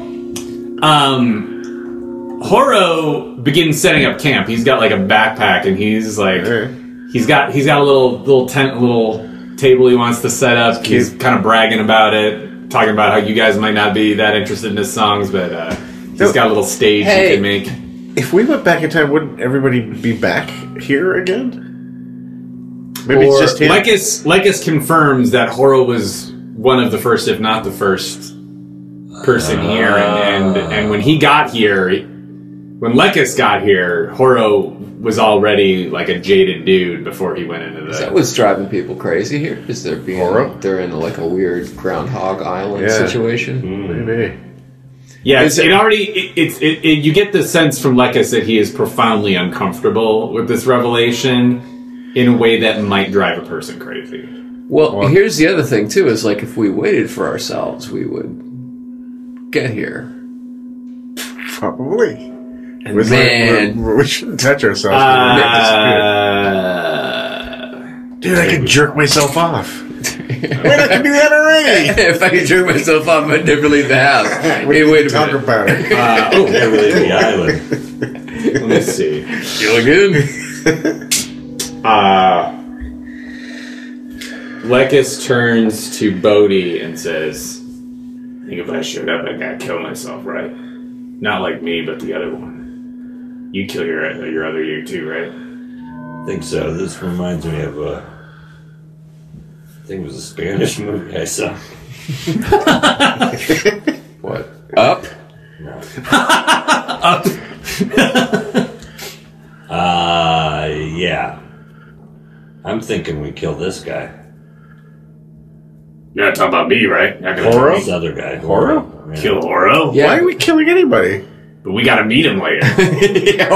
Speaker 3: Um, Horo begins setting up camp. He's got like a backpack, and he's like,
Speaker 2: Alright.
Speaker 3: he's got he's got a little little tent, little table he wants to set up. He's kind of bragging about it, talking about how you guys might not be that interested in his songs, but uh, he's got a little stage
Speaker 4: Hey.
Speaker 3: he can make.
Speaker 2: If we went back in time, wouldn't everybody be back here again? Maybe it's
Speaker 4: Or-
Speaker 2: just him.
Speaker 3: Lekus Lekus confirms that Horo was one of the first, if not the first, person here. And, and and when he got here, when Lekus got here, Horo was already like a jaded dude before he went into
Speaker 4: Is that
Speaker 3: the.
Speaker 4: what's driving people crazy here? Is they're being
Speaker 2: Horror?
Speaker 4: they're in like a weird Groundhog Island
Speaker 2: Yeah. Mm-hmm.
Speaker 4: situation?
Speaker 2: Maybe.
Speaker 3: Yeah,
Speaker 4: is
Speaker 3: it,
Speaker 4: it-
Speaker 3: already it, it's it, it, you get the sense from Lekus that he is profoundly uncomfortable with this revelation in a way that might drive a person crazy.
Speaker 4: Well, here's the other thing too: is like if we waited for ourselves, we would get here. (laughs)
Speaker 2: Probably. We should-
Speaker 4: man.
Speaker 2: (laughs) we- we shouldn't touch ourselves.
Speaker 3: Uh,
Speaker 2: Dude, I can jerk myself off. Wait, I can do that (laughs) already.
Speaker 4: if I could jerk myself off, I'd never leave the
Speaker 2: (laughs)
Speaker 4: house. Hey,
Speaker 2: We
Speaker 4: wait a
Speaker 2: talk
Speaker 4: minute.
Speaker 2: about it.
Speaker 3: uh, oh,
Speaker 1: Can't really the island.
Speaker 3: let me see.
Speaker 4: Feeling (laughs) good?
Speaker 3: Uh, Lekus turns to Bodhi and says, I think if I showed up, I'd gotta kill myself, right? Not like me, but the other one. You kill your your other you too, right?
Speaker 1: I think so. This reminds me of uh, I think it was a Spanish movie I saw.
Speaker 4: What? Up?
Speaker 1: Uh, yeah. I'm thinking we kill this guy.
Speaker 3: You're not talking about me, right? Not gonna
Speaker 2: Horo?
Speaker 1: This other guy. Horo? Yeah.
Speaker 3: kill Oro.
Speaker 4: Yeah.
Speaker 2: Why are we killing anybody?
Speaker 3: But we gotta meet him
Speaker 2: (laughs)
Speaker 3: later.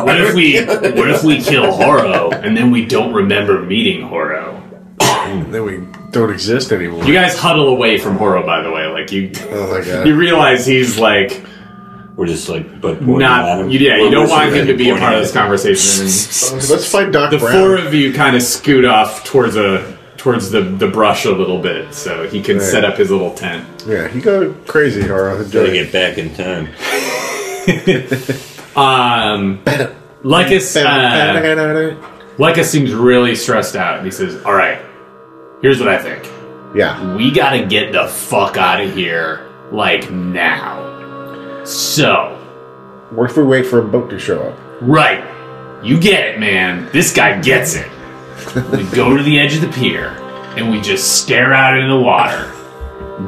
Speaker 3: what if we what if we kill Horo and then we don't remember meeting Horo?
Speaker 2: Then we don't exist anymore.
Speaker 3: You guys huddle away from Horo, by the way. Like you
Speaker 2: oh my god.
Speaker 3: you realize he's like
Speaker 1: We're just like, but pointing at
Speaker 3: not
Speaker 1: him.
Speaker 3: you, yeah, you
Speaker 1: We're
Speaker 3: don't want
Speaker 1: whistling
Speaker 3: him to be a
Speaker 1: and
Speaker 3: part of this
Speaker 1: pointing
Speaker 3: conversation. And
Speaker 2: Let's fight Doc
Speaker 3: the
Speaker 2: Brown.
Speaker 3: four of you kind of scoot off towards a towards the, the brush a little bit so he can
Speaker 2: Right.
Speaker 3: set up his little tent.
Speaker 2: yeah, you go crazy, Hara.
Speaker 1: at him. Gotta
Speaker 2: Enjoy it.
Speaker 1: get back in time.
Speaker 2: (coughs)
Speaker 3: Um Lycus uh, Lycus seems really stressed out and he says, Alright, here's what I think.
Speaker 2: yeah.
Speaker 3: We gotta get the fuck out of here like now. So
Speaker 2: What if we wait for a boat to show up?
Speaker 3: Right. You get it, man. This guy gets it. We go to the edge of the pier and we just stare out into the water.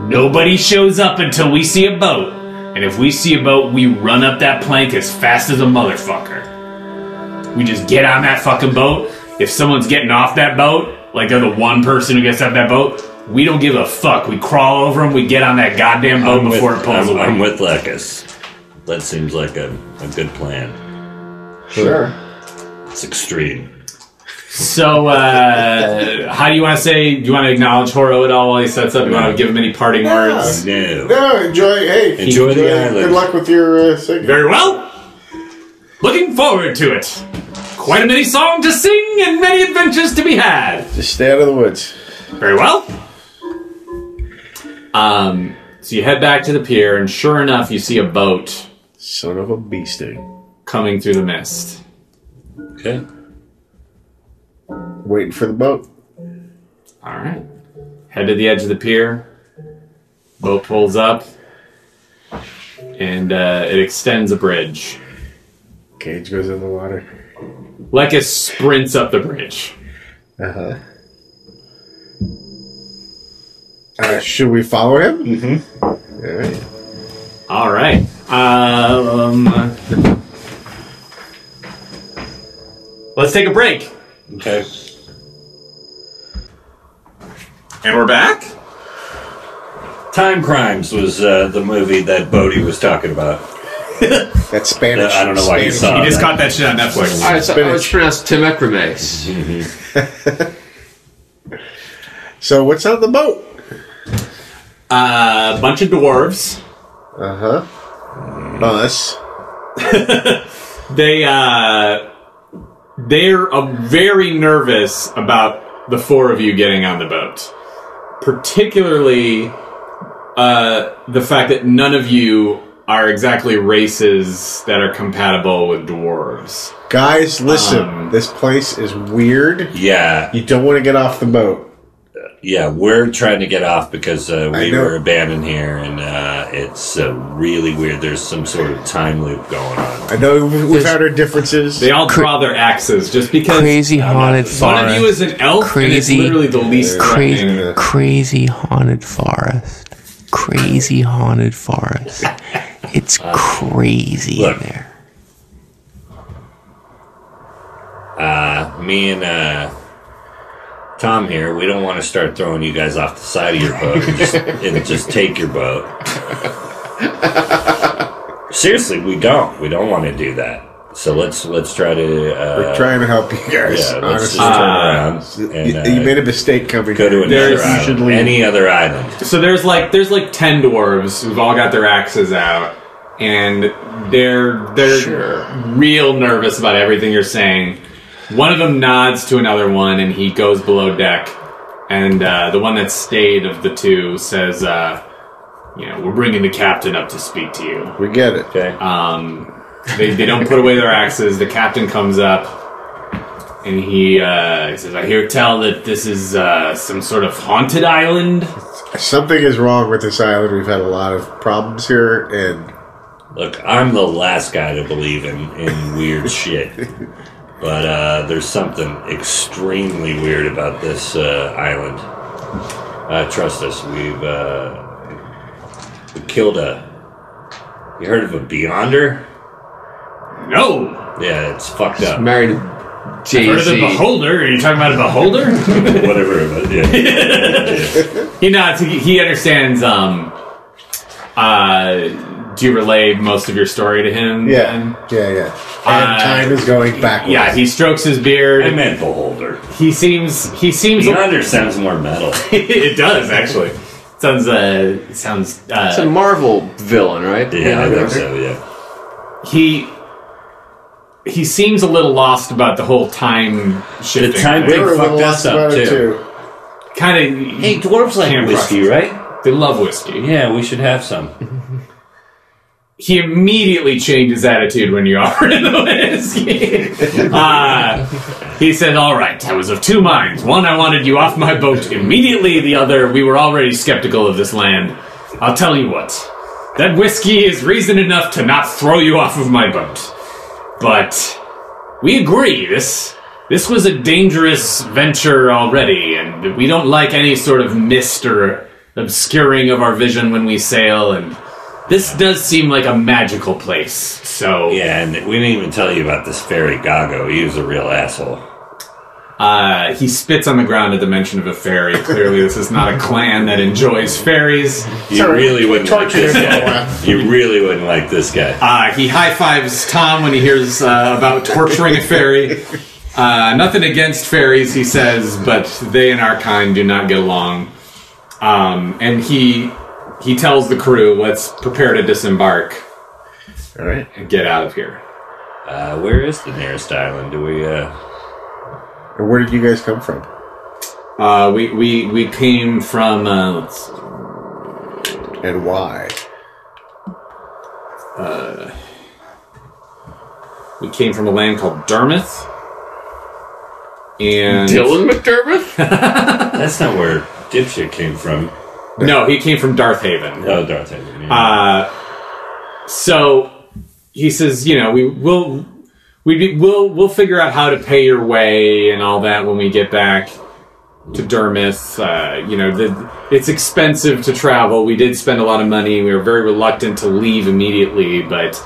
Speaker 3: Nobody shows up until we see a boat. And if we see a boat, we run up that plank as fast as a motherfucker. We just get on that fucking boat. If someone's getting off that boat, like they're the one person who gets off that boat, we don't give a fuck. We crawl over them, we get on that goddamn boat
Speaker 1: I'm with-
Speaker 3: before it
Speaker 1: I'm,
Speaker 3: pulls away.
Speaker 1: I'm with Lekus. That seems like a, a good plan.
Speaker 2: Sure.
Speaker 1: It's extreme.
Speaker 3: So, uh, how do you want to say? Do you want to acknowledge Horo at all while he sets up? Do you want to give him any parting words?
Speaker 1: No.
Speaker 2: No, enjoy. Hey,
Speaker 1: Enjoy the
Speaker 2: it.
Speaker 1: island.
Speaker 2: Good luck with your uh, segment.
Speaker 3: Very well. Looking forward to it. Quite a many song to sing and many adventures to be had.
Speaker 2: Just stay out of the woods.
Speaker 3: Very well. Um, so you head back to the pier, and sure enough, you see a boat
Speaker 2: Son of a beast, dude.
Speaker 3: coming through the mist.
Speaker 1: Okay.
Speaker 2: Waiting for the boat.
Speaker 3: All right. Head to the edge of the pier. Boat pulls up, and uh, it extends a bridge.
Speaker 2: Cage goes in the water.
Speaker 3: Lekus sprints up the bridge.
Speaker 2: Uh huh. should we follow him? Mm-hmm. All right.
Speaker 3: All right. Um, let's take a break.
Speaker 1: Okay.
Speaker 3: And we're back.
Speaker 1: Time Crimes was uh, the movie that Bodhi was talking about.
Speaker 2: That's Spanish.
Speaker 1: I don't know why you
Speaker 2: Spanish.
Speaker 1: saw
Speaker 3: You
Speaker 1: it.
Speaker 3: just caught that shit on Netflix.
Speaker 4: I, so I was
Speaker 2: Spinach.
Speaker 4: pronounced Tim Ecremes.
Speaker 2: So what's on the boat?
Speaker 3: A uh, bunch of dwarves.
Speaker 2: Uh huh. Us.
Speaker 3: They uh, they're uh, very nervous about the four of you getting on the boat, particularly uh, the fact that none of you are exactly races that are compatible with dwarves.
Speaker 2: Guys, listen.
Speaker 3: Um,
Speaker 2: this place is weird.
Speaker 1: Yeah.
Speaker 2: You don't want to get off the boat.
Speaker 1: yeah, we're trying to get off because uh,
Speaker 2: I
Speaker 1: we
Speaker 2: know.
Speaker 1: were abandoned here, and uh, it's uh, really weird. There's some sort of time loop going on.
Speaker 2: I know we- we've had our differences.
Speaker 3: They all draw their axes just because
Speaker 5: Crazy haunted
Speaker 3: one of you
Speaker 5: forest.
Speaker 3: is an elf,
Speaker 5: Crazy.
Speaker 3: and it's literally the least threatening.
Speaker 5: Crazy, crazy haunted forest. Crazy haunted forest. It's crazy
Speaker 1: look.
Speaker 5: in there.
Speaker 1: Me and uh, Tom here, we don't want to start throwing you guys off the side of your boat and
Speaker 2: (laughs)
Speaker 1: just, and just take your boat. Seriously, we don't. We don't want to do that. So let's let's try to. Uh,
Speaker 2: We're trying to help you guys.
Speaker 1: yeah, let's just
Speaker 2: honestly,
Speaker 1: turn around
Speaker 2: you,
Speaker 1: and
Speaker 2: you
Speaker 1: uh,
Speaker 2: made a mistake coming.
Speaker 1: go to
Speaker 2: here.
Speaker 3: There's-
Speaker 1: another
Speaker 2: You should
Speaker 1: island.
Speaker 2: leave.
Speaker 1: Any other island.
Speaker 3: So there's like there's like ten dwarves who've all got their axes out, and they're they're real nervous about everything you're saying. One of them nods to another one, and he goes below deck. And uh, the one that stayed of the two says, uh, "You know, we're bringing the captain up to speak to you."
Speaker 2: we get it.
Speaker 1: Okay.
Speaker 3: Um, they, they don't put away their axes. The captain comes up and he, uh, he says, I hear tell that this is uh, some sort of haunted island.
Speaker 2: Something is wrong with this island. We've had a lot of problems here, and
Speaker 1: Look, I'm the last guy to believe in, in weird shit. But uh, there's something extremely weird about this uh, island. Uh, trust us, we've uh, we killed a. You heard of a Beyonder?
Speaker 3: No!
Speaker 1: Yeah, it's fucked
Speaker 4: (laughs)
Speaker 1: up.
Speaker 4: Married Jay
Speaker 3: Heard of the
Speaker 4: Z.
Speaker 3: beholder? Are you talking about a beholder?
Speaker 1: Whatever. it was, Yeah.
Speaker 3: (laughs) he nods. He, he understands. Um, uh, do you relay most of your story to him? then?
Speaker 2: yeah, yeah, yeah. And
Speaker 3: Uh,
Speaker 2: time is going backwards.
Speaker 3: Yeah, he strokes his beard.
Speaker 1: I meant Beholder.
Speaker 3: he seems. He seems.
Speaker 1: Beyonder sounds more metal.
Speaker 3: (laughs) it does actually. Sounds. Uh, sounds. Uh,
Speaker 4: It's a Marvel villain, right?
Speaker 1: Yeah, I think so. Yeah.
Speaker 3: he he seems a little lost about the whole time shifting.
Speaker 1: The time
Speaker 2: we
Speaker 1: thing
Speaker 2: were a little
Speaker 1: fucked us
Speaker 2: lost
Speaker 1: up
Speaker 2: about
Speaker 1: too.
Speaker 2: it too.
Speaker 3: kind of.
Speaker 1: Hey, dwarves like
Speaker 3: Can't
Speaker 1: whiskey, right?
Speaker 3: they love whiskey.
Speaker 1: Yeah, we should have some.
Speaker 3: He immediately changed his attitude when you (laughs) offered him the whiskey. uh, he said, "All right, I was of two minds. One, I wanted you off my boat immediately. The other, we were already skeptical of this land. I'll tell you what, that whiskey is reason enough to not throw you off of my boat. But we agree this." This was a dangerous venture already, and we don't like any sort of mist or obscuring of our vision when we sail, and this does seem like a magical place. So,
Speaker 1: Yeah, and we didn't even tell you about this fairy Gago. He was a real asshole.
Speaker 3: uh, he spits on the ground at the mention of a fairy. Clearly, this is not a clan that enjoys fairies.
Speaker 1: You
Speaker 2: Sorry,
Speaker 1: really wouldn't like
Speaker 2: tortured
Speaker 1: this
Speaker 2: him for a
Speaker 1: guy. You really wouldn't like this guy.
Speaker 3: Uh, he high fives Tom when he hears uh, about torturing a fairy. Uh, nothing against fairies, he says, but they and our kind do not get along. Um, and he he tells the crew, "Let's prepare to disembark
Speaker 2: All right.
Speaker 3: and get out of here."
Speaker 1: Uh, where is the nearest island? Do we? Uh,
Speaker 2: And where did you guys come from?
Speaker 3: Uh, we, we we came from uh, let's see.
Speaker 2: And why?
Speaker 3: we came from a land called Dermouth, and
Speaker 4: Dylan McDermott?
Speaker 1: that's not where dipshit came from.
Speaker 3: no, he came from Darth Haven.
Speaker 1: Oh, Darth Vader. yeah.
Speaker 3: Uh, so he says, you know, we will we be, we'll we'll figure out how to pay your way and all that when we get back to Dermouth. Uh, you know, the, it's expensive to travel. We did spend a lot of money. We were very reluctant to leave immediately, but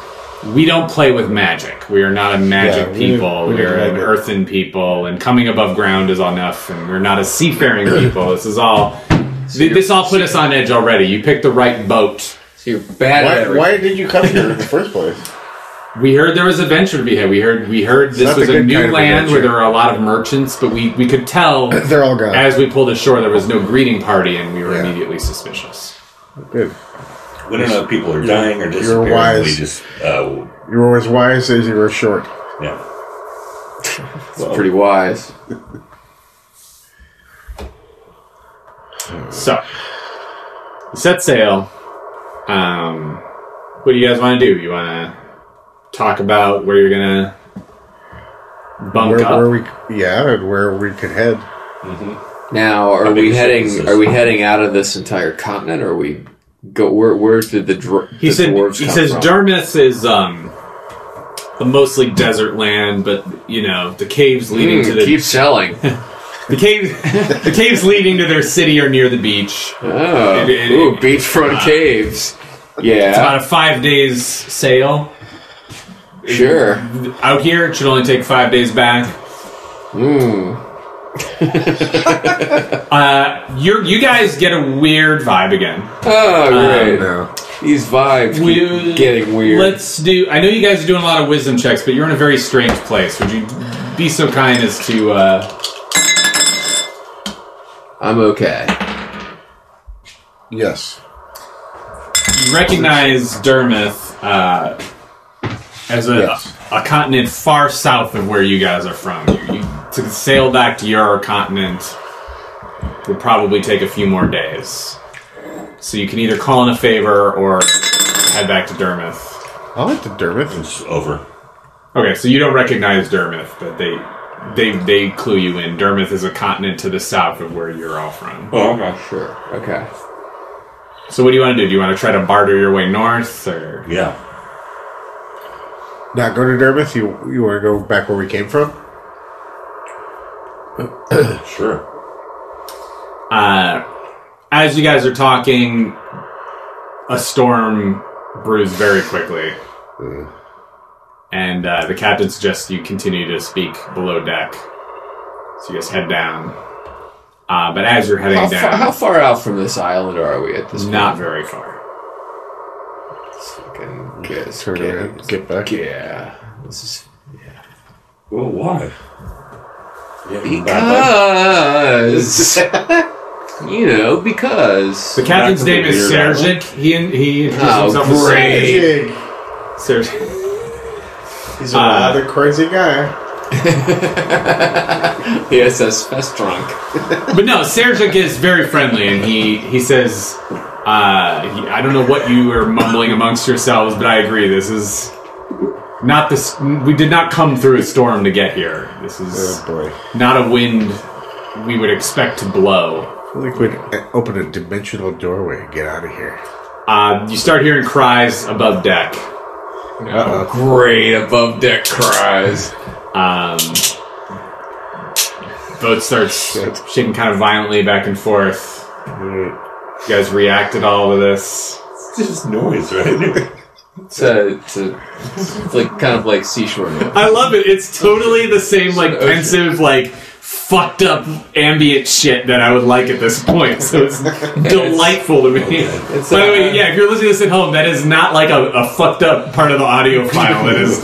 Speaker 3: we don't play with magic. We are not a magic
Speaker 2: Yeah, we didn't-
Speaker 3: people.
Speaker 2: we
Speaker 3: We
Speaker 2: didn't
Speaker 3: are
Speaker 2: like
Speaker 3: an
Speaker 2: it.
Speaker 3: earthen people, and coming above ground is enough. And we're not a seafaring people. This is all. th- This all put us on edge already. You picked the right boat.
Speaker 4: So you're bad at
Speaker 2: Why,
Speaker 4: everything.
Speaker 2: why did you come here in the first place?
Speaker 3: We heard there was a venture to be had. We heard we heard this
Speaker 2: not
Speaker 3: was
Speaker 2: the
Speaker 3: a
Speaker 2: good
Speaker 3: new
Speaker 2: kind of
Speaker 3: land where
Speaker 2: adventure.
Speaker 3: there were a lot of merchants, but we, we could
Speaker 2: (coughs)
Speaker 3: tell
Speaker 2: They're all gone.
Speaker 3: as we pulled ashore there was no greeting party, and we
Speaker 2: uh,
Speaker 3: were
Speaker 2: Yeah.
Speaker 3: immediately suspicious.
Speaker 2: Good.
Speaker 1: we don't know if people are dying or disappearing. We
Speaker 2: wise.
Speaker 1: just, uh,
Speaker 2: You were as wise as you were short.
Speaker 1: yeah.
Speaker 4: It's pretty wise.
Speaker 3: So we set sail. Um, what do you guys want to do? You want to talk about where you're gonna bunk
Speaker 2: Where,
Speaker 3: up?
Speaker 2: where we? Yeah, and where we could head.
Speaker 4: Now, are
Speaker 1: big is it?
Speaker 4: we
Speaker 1: This
Speaker 4: heading?
Speaker 1: is-
Speaker 4: Are we heading out of this entire continent? Or are we go? Where? Where did the, dr-
Speaker 3: He
Speaker 4: the
Speaker 3: said
Speaker 4: dwarves
Speaker 3: he
Speaker 4: come
Speaker 3: says
Speaker 4: from?
Speaker 3: Dermis is um a mostly desert land, but you know the caves leading
Speaker 4: Mm,
Speaker 3: to
Speaker 2: Hmm,
Speaker 3: the (laughs)
Speaker 4: keep selling.
Speaker 3: the caves (laughs) the caves leading to their city are near the beach.
Speaker 4: Oh,
Speaker 3: It- it-
Speaker 4: ooh, beachfront caves. Yeah,
Speaker 3: About a five days sail
Speaker 4: sure.
Speaker 3: out here. It should only take five days back.
Speaker 4: Mm.
Speaker 3: (laughs) Uh, you you guys get a weird vibe again.
Speaker 4: Oh, great.
Speaker 2: No.
Speaker 4: These vibes
Speaker 3: We-
Speaker 4: keep getting weird.
Speaker 3: Let's do. I know you guys are doing a lot of wisdom checks, but you're in a very strange place. Would you be so kind as to? Uh,
Speaker 4: I'm okay.
Speaker 2: Yes.
Speaker 3: you recognize Dermouth uh, as a,
Speaker 2: Yes.
Speaker 3: a continent far south of where you guys are from. You, you, to sail back to your continent would probably take a few more days. So you can either call in a favor or head back to Dermouth.
Speaker 2: I like the Dermot.
Speaker 1: It's over.
Speaker 3: Okay, so you don't recognize Dermouth, but they they they clue you in. Dermouth is a continent to the south of where you're all from.
Speaker 1: Oh, okay.
Speaker 4: Sure. Okay.
Speaker 3: So what do you want to do? Do you want to try to barter your way north, or
Speaker 1: Yeah.
Speaker 2: Not go to Dermot. You you want to go back where we came from?
Speaker 1: Sure.
Speaker 3: uh, as you guys are talking, a storm brews very quickly,
Speaker 4: Mm.
Speaker 3: and uh, the captain suggests you continue to speak below deck. So you guys head down. Uh, but as you're heading
Speaker 4: How,
Speaker 3: down,
Speaker 4: far, how far out from this island are we at this point?
Speaker 3: not very far.
Speaker 4: Fucking guess,
Speaker 2: Turn around, get back.
Speaker 4: Yeah. This is
Speaker 1: Well, why? Yeah, bad
Speaker 3: (laughs)
Speaker 4: because you know because
Speaker 3: The captain's
Speaker 1: Back to the
Speaker 3: name is
Speaker 1: weird
Speaker 3: Sergic. He he introduced
Speaker 4: Oh,
Speaker 3: himself as
Speaker 4: great.
Speaker 3: Sergic.
Speaker 2: Jig.
Speaker 3: Sergic.
Speaker 2: He's a
Speaker 3: Uh,
Speaker 2: rather crazy guy.
Speaker 4: the SS Fest drunk.
Speaker 3: But no, Sergic is very friendly, and he he says, uh, he- "I don't know what you are mumbling amongst yourselves, but I agree. This is not this. We did not come through a storm to get here. This is
Speaker 2: Oh boy.
Speaker 3: not a wind we would expect to blow."
Speaker 2: I think we'd uh, open a dimensional doorway and get out of here.
Speaker 3: Uh, you start hearing cries above deck.
Speaker 2: Uh oh.
Speaker 4: Great above deck cries.
Speaker 3: Um, boat starts shaking kind of violently back and forth. You guys react at all to this.
Speaker 1: It's just noise, right?
Speaker 4: It's a, it's a it's like kind of like seashore. noise.
Speaker 3: I love it. It's totally the same, like,
Speaker 4: Ocean.
Speaker 3: pensive, like, fucked up ambient shit that I would like at this point. So it's delightful to me.
Speaker 4: It's
Speaker 3: By the
Speaker 4: a-
Speaker 3: way, yeah, if you're listening to this at home, that is not like a, a fucked up part of the audio file. It is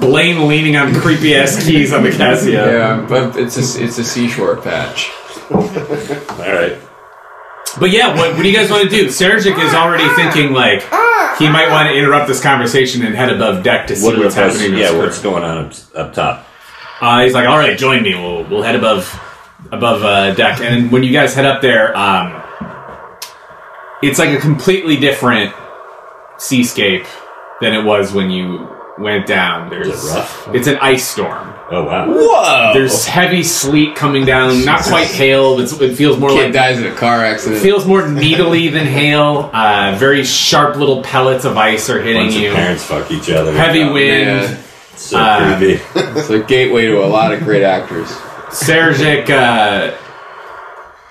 Speaker 3: Blaine leaning on creepy ass keys on the Casio.
Speaker 4: Yeah, but it's a it's a seashore patch.
Speaker 1: All right.
Speaker 3: But yeah, what, what do you guys want to do? Sergic is already thinking like he might want to interrupt this conversation and head above deck to see
Speaker 1: What
Speaker 3: what's happening. to
Speaker 1: Yeah,
Speaker 3: this
Speaker 1: what's
Speaker 3: crew.
Speaker 1: going on up, up top?
Speaker 3: Uh, he's like, "All right, join me. We'll we'll head above above uh, deck." And then when you guys head up there, um, it's like a completely different seascape than it was when you went down. There's
Speaker 1: Is it rough?
Speaker 3: it's an ice storm.
Speaker 1: Oh wow.
Speaker 4: Whoa!
Speaker 3: There's heavy sleet coming down. Not quite hail. It's, it feels more
Speaker 4: Kid
Speaker 3: like
Speaker 4: dies in a car
Speaker 3: It
Speaker 4: accident.
Speaker 3: feels more needly than hail. Uh, very sharp little pellets of ice are hitting
Speaker 1: Bunch of
Speaker 3: you.
Speaker 1: parents fuck each other.
Speaker 3: Heavy
Speaker 1: Oh,
Speaker 3: wind.
Speaker 4: Yeah,
Speaker 1: So
Speaker 3: Uh,
Speaker 1: creepy.
Speaker 4: it's a gateway to a lot of great actors.
Speaker 3: Sergic uh,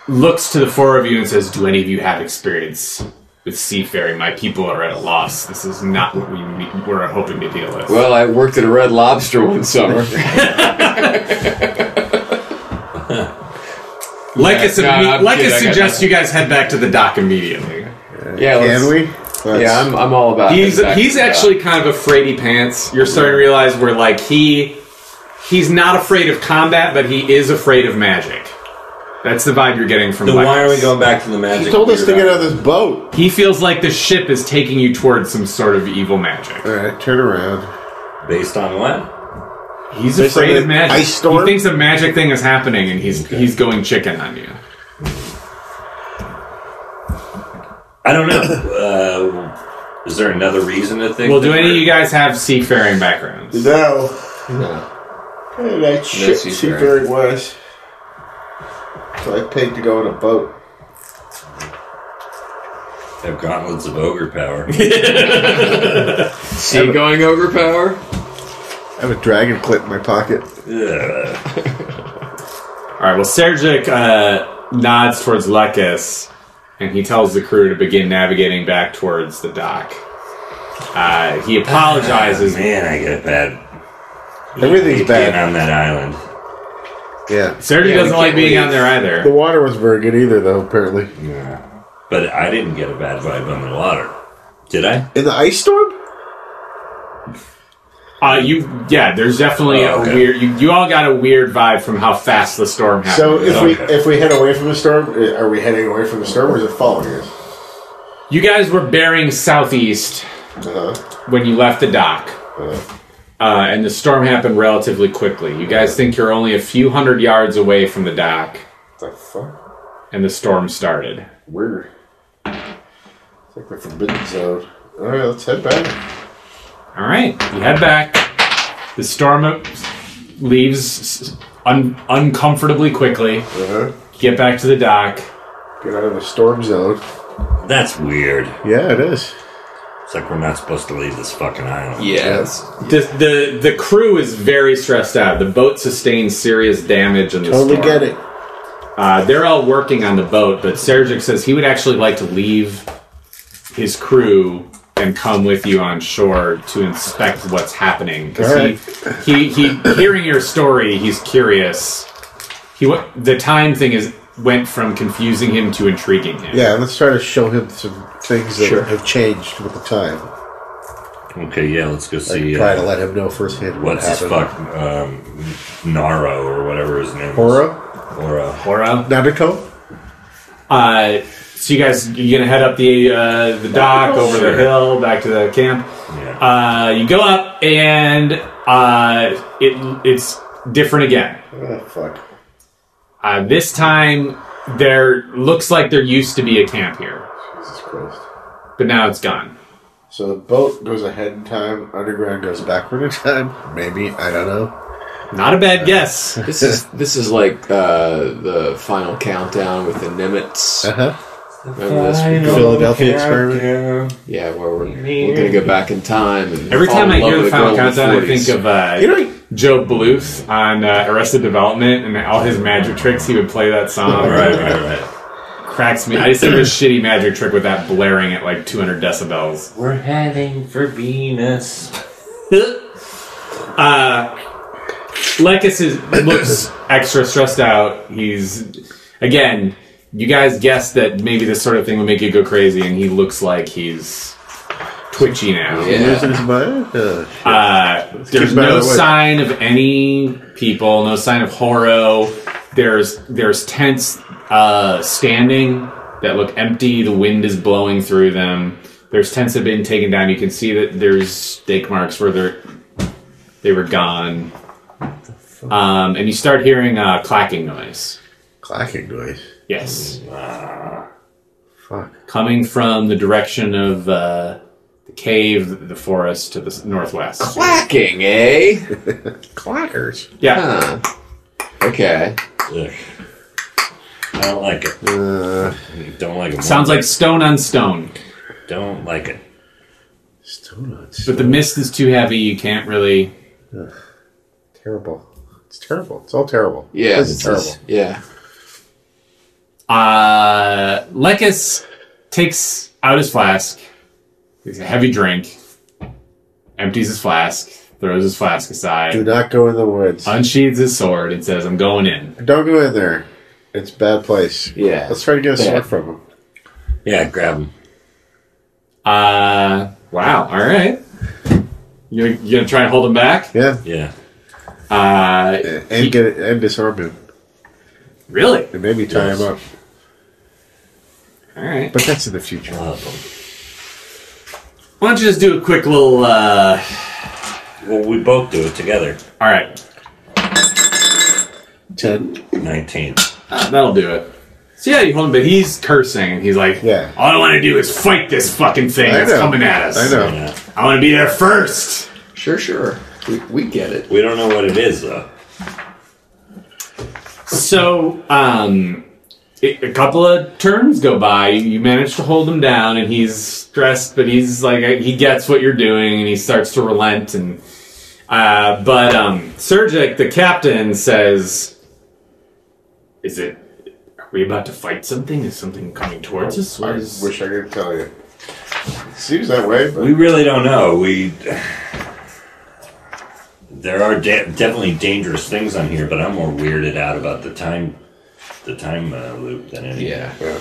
Speaker 3: looks to the four of you and says, "Do any of you have experience with seafaring? My people are at a loss. This is not what we were hoping to deal with."
Speaker 4: Well, I worked at a Red Lobster one summer.
Speaker 3: like I,
Speaker 4: yeah,
Speaker 3: said,
Speaker 4: no,
Speaker 3: we-
Speaker 4: I'm
Speaker 3: like
Speaker 4: kidding,
Speaker 3: I
Speaker 4: I got
Speaker 3: suggest, you guys head back to the dock immediately.
Speaker 4: yeah, let's-
Speaker 2: Can we? Let's-
Speaker 4: Yeah, I'm, I'm all about.
Speaker 3: He's
Speaker 4: that.
Speaker 3: he's
Speaker 4: Yeah.
Speaker 3: actually kind of afraidy pants. You're starting to realize where like he he's not afraid of combat, but he is afraid of magic. That's the vibe you're getting from.
Speaker 1: Then why are
Speaker 3: Lex.
Speaker 1: we going back to the magic?
Speaker 2: He told us to
Speaker 1: weird
Speaker 2: get out
Speaker 1: island?
Speaker 2: of this boat.
Speaker 3: He feels like the ship is taking you towards some sort of evil magic.
Speaker 2: All right, turn around.
Speaker 1: Based on what?
Speaker 3: He's
Speaker 2: Based on
Speaker 3: afraid of
Speaker 2: the
Speaker 3: magic.
Speaker 2: ice storm?
Speaker 3: He thinks a magic thing is happening, and he's he's going chicken on you.
Speaker 1: I don't know. uh, is there another reason to think?
Speaker 3: Well,
Speaker 1: that
Speaker 3: do any of
Speaker 1: we're-
Speaker 3: you guys have seafaring backgrounds?
Speaker 2: No.
Speaker 4: No.
Speaker 2: That
Speaker 4: seafaring.
Speaker 2: was. So I paid to go on a boat.
Speaker 1: They have gauntlets of ogre power. (laughs)
Speaker 4: Sea going over power.
Speaker 2: I have a dragon clip in my pocket.
Speaker 1: Ugh.
Speaker 3: All right. Well, Sergic uh, nods towards Lekis, and he tells the crew to begin navigating back towards the dock. Uh, he apologizes.
Speaker 1: Man, I get a bad.
Speaker 2: Everything's
Speaker 1: hate
Speaker 2: bad.
Speaker 1: Being on that island.
Speaker 2: Yeah.
Speaker 3: Sergic
Speaker 4: Yeah, we
Speaker 3: doesn't like
Speaker 4: can't
Speaker 3: being
Speaker 4: leave.
Speaker 3: on there either.
Speaker 2: The water was very good either, though, apparently.
Speaker 1: But I didn't get a bad vibe on the water. Did I?
Speaker 2: In the ice storm?
Speaker 3: Uh, you, yeah, there's definitely
Speaker 1: Oh, okay.
Speaker 3: a weird. You, you all got a weird vibe from how fast the storm happened.
Speaker 2: So if we
Speaker 1: Okay.
Speaker 2: if we head away from the storm, i- are we heading away from the storm or is it following us?
Speaker 3: you guys were bearing southeast
Speaker 2: Uh-huh.
Speaker 3: when you left the dock,
Speaker 2: Uh,
Speaker 3: uh, and the storm happened relatively quickly. You guys think you're only a few hundred yards away from the dock,
Speaker 2: the fuck?
Speaker 3: and the storm started.
Speaker 2: Weird. It's like the forbidden zone. All right, let's head back.
Speaker 3: All right, you head back. The storm leaves un- uncomfortably quickly.
Speaker 2: Uh-huh.
Speaker 3: Get back to the dock.
Speaker 2: Get out of the storm zone.
Speaker 1: That's weird.
Speaker 2: Yeah, it is.
Speaker 1: It's like we're not supposed to leave this fucking island.
Speaker 4: Yes.
Speaker 3: The, the the crew is very stressed out. The boat sustained serious damage in the
Speaker 2: Totally
Speaker 3: storm.
Speaker 2: get it.
Speaker 3: Uh, they're all working on the boat, but Sergic says he would actually like to leave his crew and come with you on shore to inspect what's happening. Because
Speaker 2: All right.
Speaker 3: he, he, he, hearing your story, he's curious. He wa- the time thing is went from confusing him to intriguing him.
Speaker 2: Yeah, let's try to show him some things that
Speaker 3: Sure.
Speaker 2: have changed with the time.
Speaker 1: Okay, yeah, let's go
Speaker 2: Like,
Speaker 1: see.
Speaker 2: Try to
Speaker 1: uh,
Speaker 2: let him know firsthand what
Speaker 1: what's his
Speaker 2: happened.
Speaker 1: fuck? Um, Naro or whatever his name is.
Speaker 2: Aura?
Speaker 1: Hora.
Speaker 3: Hora.
Speaker 2: Nanako?
Speaker 3: Uh, so you guys, you gonna head up the uh, the dock over
Speaker 1: Sure.
Speaker 3: the hill back to the camp.
Speaker 1: Yeah.
Speaker 3: Uh, you go up and uh, it it's different again.
Speaker 2: Oh, fuck.
Speaker 3: Uh, this time, there looks like there used to be a camp here,
Speaker 2: Jesus Christ.
Speaker 3: but now it's gone.
Speaker 2: So the boat goes ahead in time, underground goes backward in time. Maybe, I don't know.
Speaker 3: Not a bad guess.
Speaker 4: This is this is like uh, the final countdown with the Nimitz.
Speaker 2: Uh-huh.
Speaker 4: Remember this?
Speaker 2: Philadelphia experiment.
Speaker 4: Yeah, where we're, we're gonna go back in time. And
Speaker 3: Every time
Speaker 4: fall
Speaker 3: I
Speaker 4: in love
Speaker 3: hear
Speaker 4: with
Speaker 3: the
Speaker 4: a
Speaker 3: final
Speaker 4: girl in the
Speaker 3: countdown, I
Speaker 4: 40s.
Speaker 3: think of uh,
Speaker 2: You know,
Speaker 3: Joe Bluth on uh, Arrested Development and all his magic tricks. He would play that song.
Speaker 1: Right, right, right.
Speaker 3: cracks me. I just think of a shitty magic trick with that blaring at like 200 decibels.
Speaker 1: We're heading for Venus.
Speaker 3: Uh, Lekis is, looks extra stressed out. He's again. You guys guessed that maybe this sort of thing would make you go crazy, and he looks like he's twitchy now.
Speaker 4: Yeah.
Speaker 2: losing his mind? Uh,
Speaker 3: Uh, there's
Speaker 2: keep it out
Speaker 3: no
Speaker 2: of the way.
Speaker 3: sign of any people, no sign of Horo. There's there's tents uh, standing that look empty. The wind is blowing through them. There's tents that have been taken down. You can see that there's stake marks where they're they were gone. Um, and you start hearing uh, clacking noise.
Speaker 2: clacking noise.
Speaker 3: Yes,
Speaker 2: Fuck.
Speaker 3: coming from the direction of uh, the cave, the forest to the s- northwest.
Speaker 4: Clacking, eh?
Speaker 2: Clackers.
Speaker 3: Yeah.
Speaker 4: Huh. Okay.
Speaker 1: Ugh. I don't like it.
Speaker 2: Uh,
Speaker 1: Don't like it. one
Speaker 3: Sounds
Speaker 1: bit.
Speaker 3: like stone on stone.
Speaker 1: Don't like it.
Speaker 2: donuts.
Speaker 3: But the mist is too heavy. You can't really.
Speaker 2: Terrible. It's terrible. It's all terrible.
Speaker 4: Yeah.
Speaker 2: This is terrible.
Speaker 4: Yeah.
Speaker 3: Uh, Lekis takes out his flask. It's a heavy drink. Empties his flask. Throws his flask
Speaker 2: Do
Speaker 3: aside.
Speaker 2: not go in the woods.
Speaker 3: Unsheathes his sword and says, "I'm going in."
Speaker 2: Don't go in there. It's a bad place.
Speaker 4: Yeah.
Speaker 2: Let's try to get a
Speaker 4: Bad.
Speaker 2: sword from him.
Speaker 1: Yeah, grab him.
Speaker 3: Uh, wow. All right. You're, you're gonna try and hold him back?
Speaker 2: Yeah.
Speaker 1: Yeah.
Speaker 3: Uh,
Speaker 2: And get it, and disarm him.
Speaker 3: really?
Speaker 2: And maybe tie
Speaker 1: Yes.
Speaker 2: him up.
Speaker 3: All right.
Speaker 2: But that's in the future.
Speaker 1: Love him.
Speaker 3: Why don't you just do a quick little? Uh...
Speaker 1: Well, we both do it together.
Speaker 3: All right.
Speaker 2: Ten.
Speaker 1: 19.
Speaker 3: Uh, that'll do it. So yeah, you hold him, but he's cursing and he's like,
Speaker 2: Yeah.
Speaker 3: all I want to do is fight this fucking thing
Speaker 2: I
Speaker 3: that's
Speaker 2: know.
Speaker 3: coming at us.
Speaker 2: I know.
Speaker 1: Yeah.
Speaker 3: I want to be there first.
Speaker 4: Sure. Sure. We, we get it.
Speaker 1: We don't know what it is, though.
Speaker 3: So, um, it, a couple of turns go by. You manage to hold him down, and he's stressed, but he's like he gets what you're doing, and he starts to relent. And uh, but um, Sergic, the captain, says, "Is it? Are we about to fight something? Is something coming towards us? What
Speaker 2: I
Speaker 3: is-
Speaker 2: wish I could tell you. Seems that way, but
Speaker 1: We really don't know. We (sighs) there are de- definitely dangerous things on here, but I'm more weirded out about the time the time uh, loop than anything.
Speaker 5: Yeah.
Speaker 2: yeah.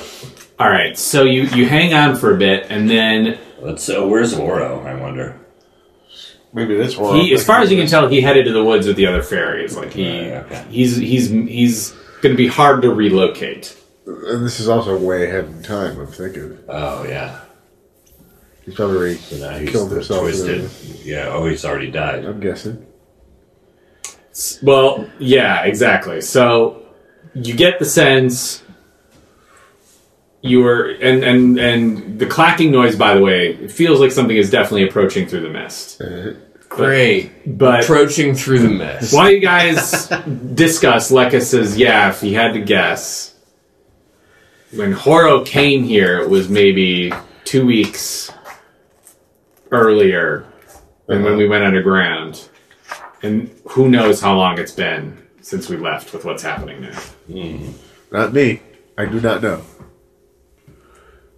Speaker 3: All right, so you you hang on for a bit, and then
Speaker 1: Let's. Uh, where's Oro? I wonder.
Speaker 2: maybe this one.
Speaker 3: he, as far as you can tell, he headed to the woods with the other fairies. Like he
Speaker 1: Right, okay.
Speaker 3: he's he's he's going to be hard to relocate.
Speaker 2: and this is also way ahead in time. I'm thinking
Speaker 1: Oh yeah.
Speaker 2: he's probably already
Speaker 1: So now he's
Speaker 2: killed
Speaker 1: the
Speaker 2: himself. and
Speaker 1: twisted.
Speaker 2: everything.
Speaker 1: Yeah. Oh, he's already died.
Speaker 2: I'm guessing.
Speaker 3: Well, yeah, exactly. So you get the sense you were and and and the clacking noise by the way it feels like something is definitely approaching through the mist
Speaker 4: Great.
Speaker 3: but
Speaker 4: Approaching through the mess.
Speaker 3: why don't you guys discuss Leka says yeah if he had to guess when Horo came here it was maybe two weeks earlier than when we went underground and who knows how long it's been since we left with what's happening now
Speaker 2: Not me. I do not know.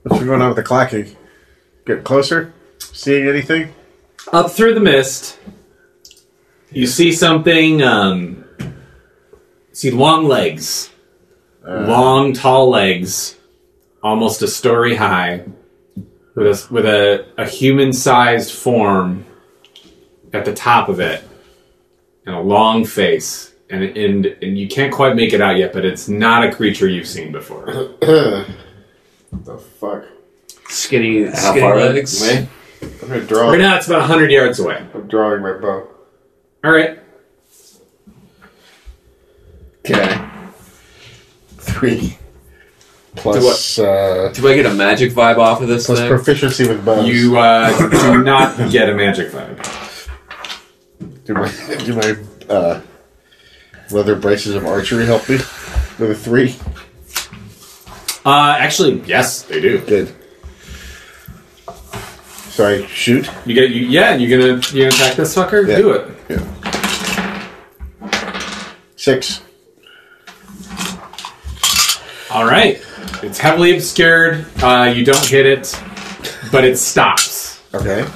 Speaker 2: What's going on with the clacking? Get closer. Seeing anything?
Speaker 3: up through the mist you see something um see long legs long tall legs almost a story high with a with a, a human sized form at the top of it and a long face and, and and you can't quite make it out yet but it's not a creature you've seen before
Speaker 2: The fuck!
Speaker 4: Skinny,
Speaker 1: How
Speaker 4: skinny
Speaker 1: far
Speaker 4: legs.
Speaker 1: away?
Speaker 2: I'm gonna draw.
Speaker 3: right now it's about 100 yards away
Speaker 2: I'm drawing my bow.
Speaker 3: all right
Speaker 4: Okay.
Speaker 2: Three. Plus, uh,
Speaker 4: Do I get a magic vibe off of this
Speaker 2: plus
Speaker 4: thing?
Speaker 2: proficiency with bows.
Speaker 3: you uh, do not get a magic vibe
Speaker 2: do my (laughs) do my uh, leather braces of archery help me with a three?
Speaker 3: Uh, actually, yes, they do.
Speaker 2: Good. So I shoot.
Speaker 3: You get you, yeah. You gonna you gonna attack this fucker?
Speaker 2: Yeah.
Speaker 3: Do it.
Speaker 2: Yeah. Six.
Speaker 3: All right. It's heavily obscured. Uh, you don't hit it, but it stops.
Speaker 2: Okay.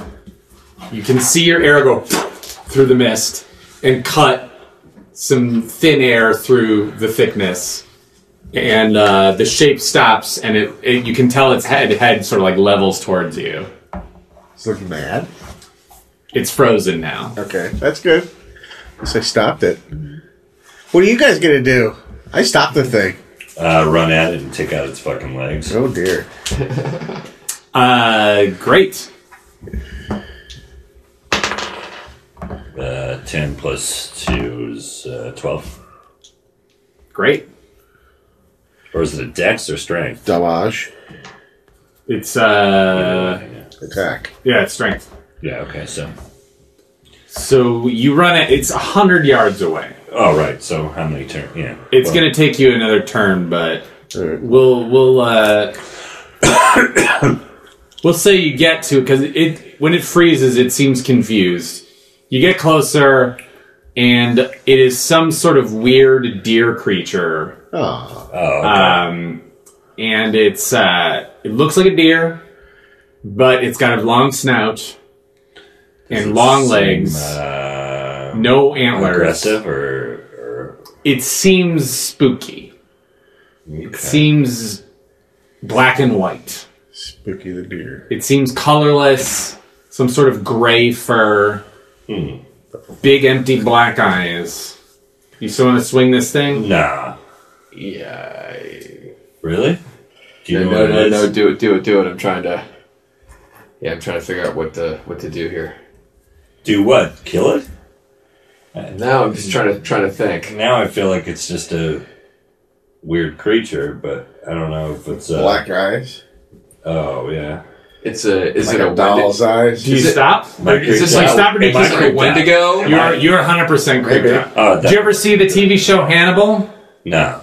Speaker 3: You can see your arrow go through the mist and cut some thin air through the thickness, and uh, the shape stops. And it, it you can tell its head head sort of like levels towards you.
Speaker 2: It's looking mad.
Speaker 3: It's frozen now.
Speaker 2: Okay, that's good. So I stopped it. What are you guys gonna do? I stopped the thing.
Speaker 1: Uh, run at it and take out its fucking legs.
Speaker 2: Oh dear.
Speaker 3: Uh, great.
Speaker 1: Uh, Ten plus two is uh, twelve.
Speaker 3: Great.
Speaker 1: Or is it a dex or strength?
Speaker 2: Damage.
Speaker 3: It's uh,
Speaker 2: Attack.
Speaker 3: yeah, it's strength.
Speaker 1: Yeah. Okay. So.
Speaker 3: So you run it. It's a hundred yards away.
Speaker 1: All Oh, right. So how many turns? Yeah.
Speaker 3: It's
Speaker 1: Well,
Speaker 3: gonna take you another turn, but
Speaker 2: Alright.
Speaker 3: we'll we'll uh, (coughs) we'll say you get to because it when it freezes, it seems confused. You get closer, and it is some sort of weird deer creature,
Speaker 2: Oh,
Speaker 1: Oh. Okay.
Speaker 3: um, and it's uh, it looks like a deer, but it's got a long snout and long
Speaker 1: Seem,
Speaker 3: legs,
Speaker 1: Uh,
Speaker 3: no antlers.
Speaker 1: aggressive or,
Speaker 3: It seems spooky.
Speaker 1: or okay.
Speaker 3: seems black and white.
Speaker 2: spooky the deer.
Speaker 3: It seems colorless, some sort of gray fur,
Speaker 1: Hmm.
Speaker 3: big empty black eyes. You still want to swing this thing?
Speaker 1: nah.
Speaker 4: Yeah. I-
Speaker 1: Really? Do you
Speaker 4: No,
Speaker 1: know
Speaker 4: no,
Speaker 1: what
Speaker 4: no,
Speaker 1: it
Speaker 4: no,
Speaker 1: is?
Speaker 4: do it, do it, do it. I'm trying to. Yeah, I'm trying to figure out what to what to do here.
Speaker 1: Do what? Kill it?
Speaker 4: Now I'm just trying to trying to think.
Speaker 1: Now I feel like it's just a weird creature, but I don't know if it's uh,
Speaker 2: Black eyes.
Speaker 1: Oh yeah.
Speaker 4: It's a is
Speaker 2: Like
Speaker 4: it a
Speaker 2: a doll's
Speaker 4: Wendigo?
Speaker 2: eyes.
Speaker 3: Do you
Speaker 4: Is it-
Speaker 3: stop?
Speaker 1: Like,
Speaker 4: Is
Speaker 1: creeped
Speaker 4: this like
Speaker 1: out.
Speaker 3: stop or do you
Speaker 1: Am I
Speaker 4: Is it a
Speaker 1: creeped out?
Speaker 4: Wendigo?
Speaker 1: Am I-
Speaker 3: You're you're 100% creeped
Speaker 2: Maybe.
Speaker 3: out.
Speaker 1: Oh,
Speaker 3: Did you
Speaker 1: that,
Speaker 3: ever see the TV show Hannibal?
Speaker 1: no.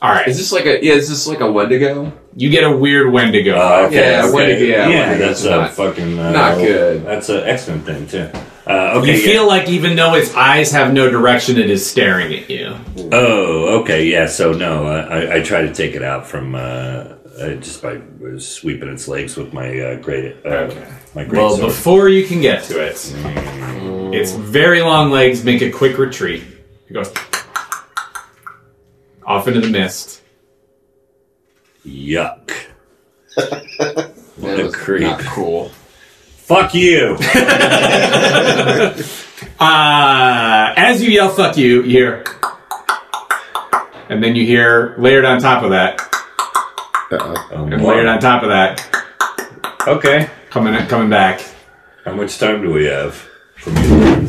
Speaker 3: All right.
Speaker 4: Is this like a yeah? Is this like a Wendigo?
Speaker 3: You get a weird Wendigo.
Speaker 1: Uh, okay,
Speaker 4: Yeah,
Speaker 1: okay.
Speaker 4: Wendigo, yeah,
Speaker 1: yeah,
Speaker 4: Wendigo's
Speaker 1: that's a
Speaker 4: not-
Speaker 1: fucking uh,
Speaker 4: not good.
Speaker 1: That's an X Men thing too. Uh, okay,
Speaker 3: you
Speaker 1: yeah.
Speaker 3: feel like even though its eyes have no direction, it is staring at you.
Speaker 1: Oh, okay, yeah. So no, I, I- I try to take it out from uh, uh, just by sweeping its legs with my uh, great uh,
Speaker 3: Okay.
Speaker 1: my great
Speaker 3: Well,
Speaker 1: sword. Mm,
Speaker 3: before you can get to it, its very long legs make a quick retreat. It goes off into the mist.
Speaker 1: Yuck!
Speaker 4: What
Speaker 1: a creep.
Speaker 4: Not cool.
Speaker 1: Fuck
Speaker 3: (laughs)
Speaker 1: you!
Speaker 3: Uh, as you yell "fuck you," you hear, and then you hear layered on top of that,
Speaker 2: Uh-oh.
Speaker 1: Oh,
Speaker 3: and
Speaker 1: wow.
Speaker 3: layered on top of that,
Speaker 1: okay,
Speaker 3: coming coming back.
Speaker 1: how much time do we have? From you?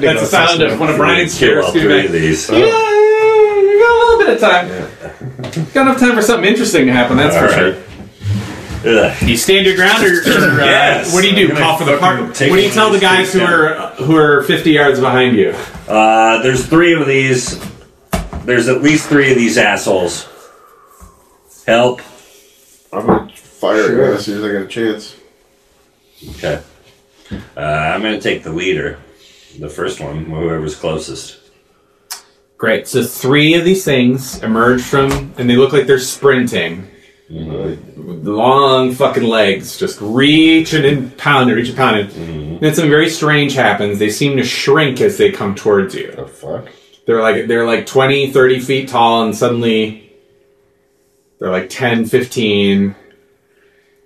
Speaker 3: That's the sound of one of Brian's
Speaker 1: Kill
Speaker 3: chairs.
Speaker 1: all
Speaker 3: coming
Speaker 1: three
Speaker 3: back.
Speaker 1: of these.
Speaker 3: Yeah, you got a little bit of time. Got enough time for something interesting to happen. That's
Speaker 1: All
Speaker 3: for
Speaker 1: right.
Speaker 3: sure.
Speaker 1: Ugh.
Speaker 3: You stand your ground, or, or, uh,
Speaker 1: Yes.
Speaker 3: what do you
Speaker 1: I'm
Speaker 3: do?
Speaker 1: gonna
Speaker 3: Call for the
Speaker 1: fucking
Speaker 3: park? What
Speaker 1: take
Speaker 3: do you
Speaker 1: one
Speaker 3: tell
Speaker 1: of
Speaker 3: the
Speaker 1: these
Speaker 3: guys who
Speaker 1: things
Speaker 3: are who are fifty yards behind you?
Speaker 1: Uh, there's three of these. There's at least three of these assholes. Help!
Speaker 2: I'm going to fire it as soon as I get a chance.
Speaker 1: Okay. Uh, I'm gonna take the leader, the first one, whoever's closest.
Speaker 3: Great. So three of these things emerge from, and they look like they're sprinting.
Speaker 2: Mm-hmm.
Speaker 3: With Long fucking legs, just reaching and pounding, reaching and pounding.
Speaker 2: Mm-hmm.
Speaker 3: Then something very strange happens. They seem to shrink as they come towards you.
Speaker 2: The fuck?
Speaker 3: they're like they're like 20 30 feet tall and suddenly they're like 10 15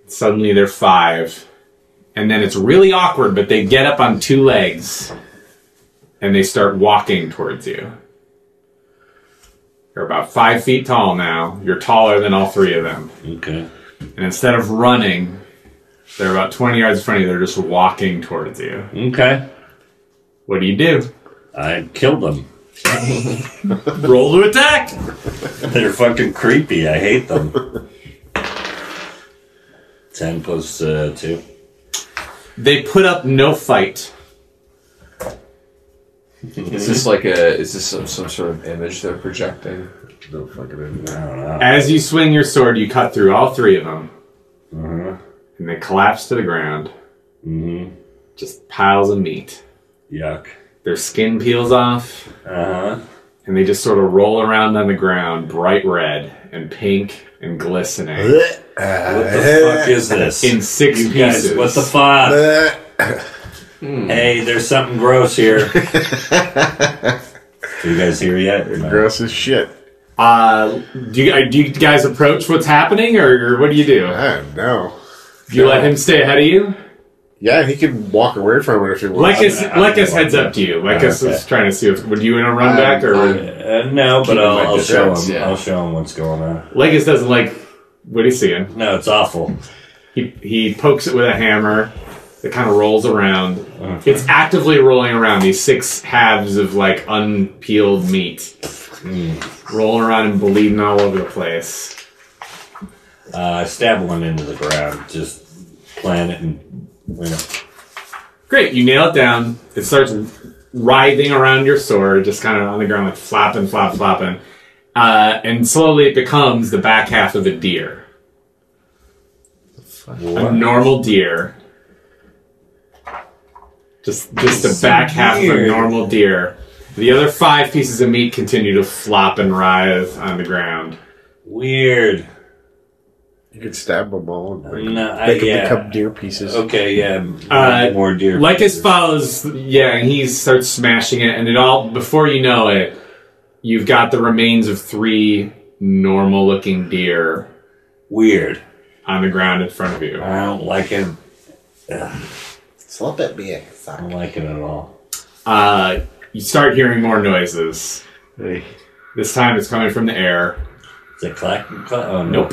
Speaker 3: suddenly they're five and then it's really awkward but they get up on two legs and they start walking towards you you're about five feet tall now you're taller than all three of them
Speaker 1: Okay.
Speaker 3: and instead of running they're about 20 yards in front of you they're just walking towards you
Speaker 1: Okay.
Speaker 3: what do you do
Speaker 1: I killed them. (laughs)
Speaker 3: roll to attack
Speaker 1: They're fucking creepy. I hate them. (laughs) Ten plus uh, two.
Speaker 3: they put up no fight
Speaker 4: Is this like a? Is this some, some sort of image they're projecting?
Speaker 2: No fucking idea.
Speaker 1: I don't know.
Speaker 3: As you swing your sword, you cut through all three of them,
Speaker 1: Mm-hmm.
Speaker 3: and they collapse to the ground.
Speaker 1: Mhm.
Speaker 3: Just piles of meat.
Speaker 1: Yuck.
Speaker 3: Their skin peels off,
Speaker 1: Uh huh.
Speaker 3: and they just sort of roll around on the ground, bright red and pink and glistening,
Speaker 1: What the fuck is this?
Speaker 3: in six
Speaker 1: you guys,
Speaker 3: pieces.
Speaker 1: what the fuck? Hey, there's something gross
Speaker 2: (laughs)
Speaker 1: here. Are you guys here yet? No.
Speaker 2: Gross as shit.
Speaker 3: uh, do you uh, do you guys approach what's happening, or what do you do?
Speaker 2: I don't know.
Speaker 3: Do you let him stay ahead of you?
Speaker 2: Yeah, he can walk away from it if he wants.
Speaker 3: Lekus
Speaker 1: I'm gonna
Speaker 3: Lekus
Speaker 1: walk
Speaker 3: heads up to you. Lekus is
Speaker 1: okay. Um,
Speaker 3: trying to see. If, would you want to run back or?
Speaker 1: Uh, no, but I'll,
Speaker 4: my
Speaker 1: I'll show
Speaker 4: distance,
Speaker 1: him.
Speaker 4: yeah.
Speaker 1: I'll show him what's going on.
Speaker 3: Lekus doesn't like what he's seeing.
Speaker 1: No, it's awful.
Speaker 3: He, he pokes it with a hammer that kind of rolls around. It's actively rolling around these six halves of like unpeeled meat,
Speaker 1: Hmm.
Speaker 3: rolling around and bleeding all over the place.
Speaker 1: Uh, I stab one into the ground, just plant it and you know,
Speaker 3: Great, you nail it down. It starts writhing around your sword, just kind of on the ground, like flapping, flap, flapping. Uh, and slowly it becomes the back half of a deer. A normal deer. Just just the back half of a
Speaker 1: weird.
Speaker 3: normal deer. The other five pieces of meat continue to flop and writhe on the ground.
Speaker 1: weird.
Speaker 2: You can stab them all and like,
Speaker 1: No, I,
Speaker 2: make them
Speaker 1: Uh, yeah.
Speaker 2: become deer pieces.
Speaker 1: Okay, yeah,
Speaker 3: Uh,
Speaker 1: more deer.
Speaker 3: Lycus follows, yeah, and he starts smashing it, and it all, before you know it, you've got the remains of three normal looking deer
Speaker 1: weird.
Speaker 3: on the ground in front of you.
Speaker 1: I don't like it.
Speaker 6: Slap at me,
Speaker 1: I
Speaker 6: fuck.
Speaker 1: don't like it at all.
Speaker 3: Uh, you start hearing more noises. This time it's coming from the air.
Speaker 1: Is it clack? clack? Oh no.
Speaker 3: Nope.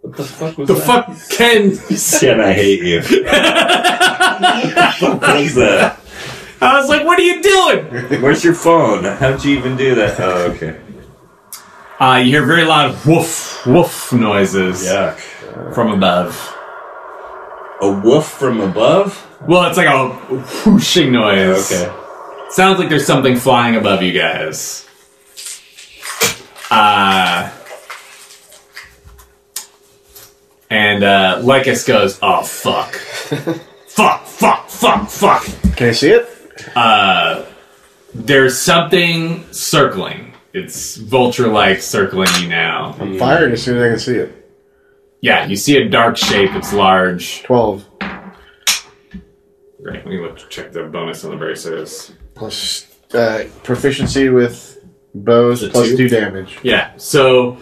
Speaker 1: What the fuck was
Speaker 3: The
Speaker 1: that?
Speaker 3: fuck, Ken?
Speaker 1: (laughs) Shit, I hate you. what was that?
Speaker 3: I was like, what are you doing?
Speaker 1: Where's your phone? How'd you even do that? Oh, okay.
Speaker 3: Uh, you hear very loud woof, woof noises
Speaker 1: Yuck.
Speaker 3: from above.
Speaker 1: A wolf from above?
Speaker 3: Well, it's like a whooshing noise.
Speaker 1: Okay.
Speaker 3: Sounds like there's something flying above you guys. Uh, and uh, Lycus goes, oh, fuck. fuck, fuck, fuck, fuck.
Speaker 2: Can I see it?
Speaker 3: There's something circling. It's vulture like circling you now.
Speaker 2: I'm firing as soon as I can see it.
Speaker 3: Yeah, you see a dark shape. It's large.
Speaker 2: Twelve
Speaker 3: Right, let me look, check the bonus on the braces.
Speaker 2: plus uh, proficiency with bows plus
Speaker 3: two?
Speaker 2: two damage.
Speaker 3: Yeah. So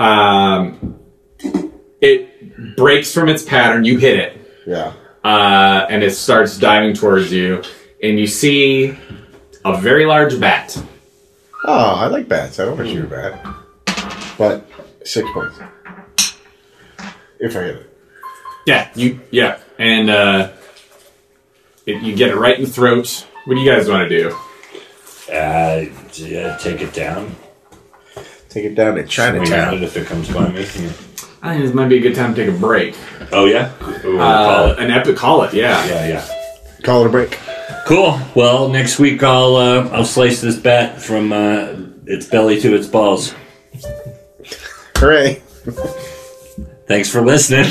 Speaker 3: um, it breaks from its pattern. You hit it,
Speaker 2: Yeah.
Speaker 3: uh, and it starts diving towards you, and you see a very large bat.
Speaker 2: Oh, I like bats. I don't want to shoot a bat. But six points. If I hit it.
Speaker 3: Yeah. You. Yeah. And uh, it, you get it right in the throat. What do you guys want to do?
Speaker 1: Uh, yeah, take it down.
Speaker 2: Take it down to
Speaker 1: Swing at it
Speaker 2: Chinatown.
Speaker 1: if it comes by me.
Speaker 3: I think this might be a good time to take a break.
Speaker 1: Oh yeah. Ooh, call
Speaker 3: Uh,
Speaker 1: it.
Speaker 3: an epic call it. Yeah.
Speaker 1: Yeah, yeah.
Speaker 2: Call it a break.
Speaker 1: Cool. Well, next week I'll uh, I'll slice this bat from uh, its belly to its balls.
Speaker 2: Hooray.
Speaker 1: Thanks for listening.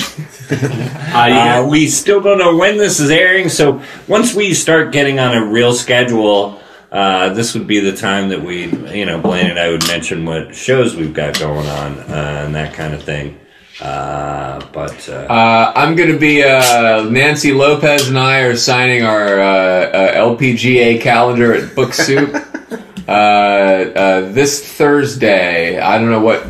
Speaker 3: Uh, you
Speaker 1: Uh,
Speaker 3: guys-
Speaker 1: we still don't know when this is airing, so once we start getting on a real schedule, uh, this would be the time that we, you know, Blaine and I would mention what shows we've got going on uh, and that kind of thing. Uh, but uh,
Speaker 4: Uh, I'm gonna be uh, Nancy Lopez and I are signing our uh, uh, LPGA calendar at Book (laughs) Soup uh, uh, this Thursday. I don't know what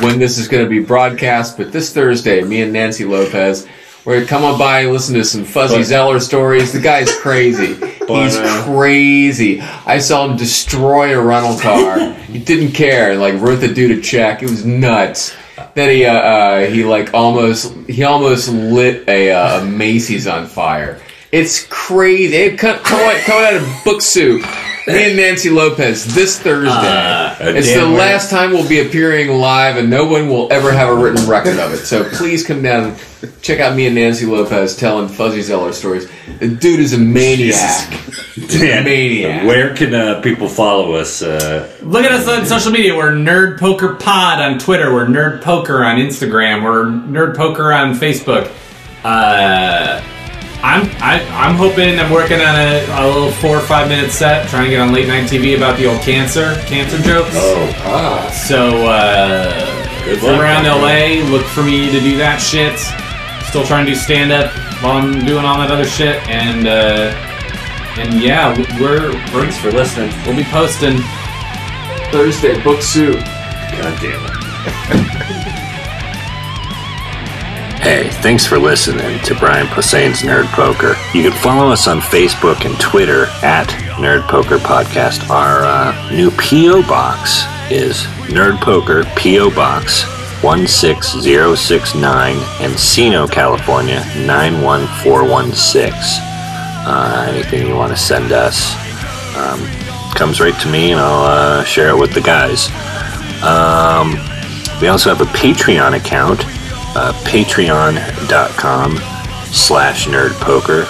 Speaker 4: when this is gonna be broadcast, but this Thursday, me and Nancy Lopez. We're gonna come on by and listen to some Fuzzy Zeller stories. The guy's (laughs) crazy. He's crazy. I saw him destroy a
Speaker 1: (laughs)
Speaker 4: rental car. he didn't care. Like wrote the dude a check. It was nuts. Then he uh, uh, he like almost he almost lit a, uh, a Macy's on fire. It's crazy. It come, come, out, come out of book soup. Me and Nancy Lopez this Thursday. it's the
Speaker 1: Uh, damn right.
Speaker 4: last time we'll be appearing live, and no one will ever have a written record of it. So please come down and check out me and Nancy Lopez telling Fuzzy Zeller stories. The dude is a maniac.
Speaker 1: (laughs)
Speaker 4: maniac.
Speaker 1: where can uh, people follow us? Uh,
Speaker 3: Look at us on social media. We're Nerd Poker Pod on Twitter. We're Nerd Poker on Instagram. We're Nerd Poker on Facebook. Uh, I'm I, I'm hoping I'm working on a, a little four or five minute set, trying to get on late night TV about the old cancer cancer jokes.
Speaker 1: oh,
Speaker 3: So uh, if
Speaker 1: luck.
Speaker 3: you're around LA, look for me to do that shit. Still trying to do stand up while I'm doing all that other shit, and uh, and yeah, we're we're
Speaker 1: thanks for listening.
Speaker 3: we'll be posting.
Speaker 4: Thursday, book soup.
Speaker 1: God damn it.
Speaker 7: (laughs) Hey, thanks for listening to Brian Posehn's Nerd Poker. You can follow us on Facebook and Twitter at Nerd Poker Podcast. Our uh, new P.O. Box is Nerd Poker P.O. Box 16069 Encino, California 91416. Uh, anything you want to send us um, comes right to me and I'll uh, share it with the guys. Um, we also have a Patreon account, uh, patreon.com slash nerdpoker,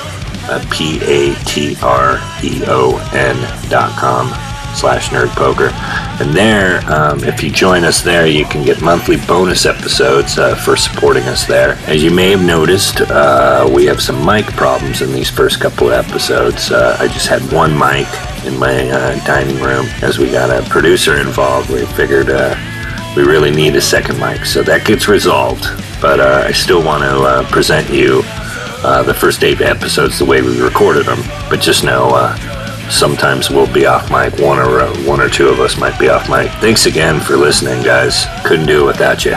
Speaker 7: uh, P-A-T-R-E-O-N E dot com slash nerdpoker. And there, um, if you join us there, you can get monthly bonus episodes uh, for supporting us there. As you may have noticed, uh, we have some mic problems in these first couple of episodes. Uh, I just had one mic in my uh, dining room. As we got a producer involved, we figured... Uh, we really need a second mic, so that gets resolved. But uh, I still want to uh, present you uh, the first eight episodes the way we recorded them. But just know, uh, sometimes we'll be off mic. One or uh, one or two of us might be off mic. Thanks again for listening, guys. Couldn't do it without you.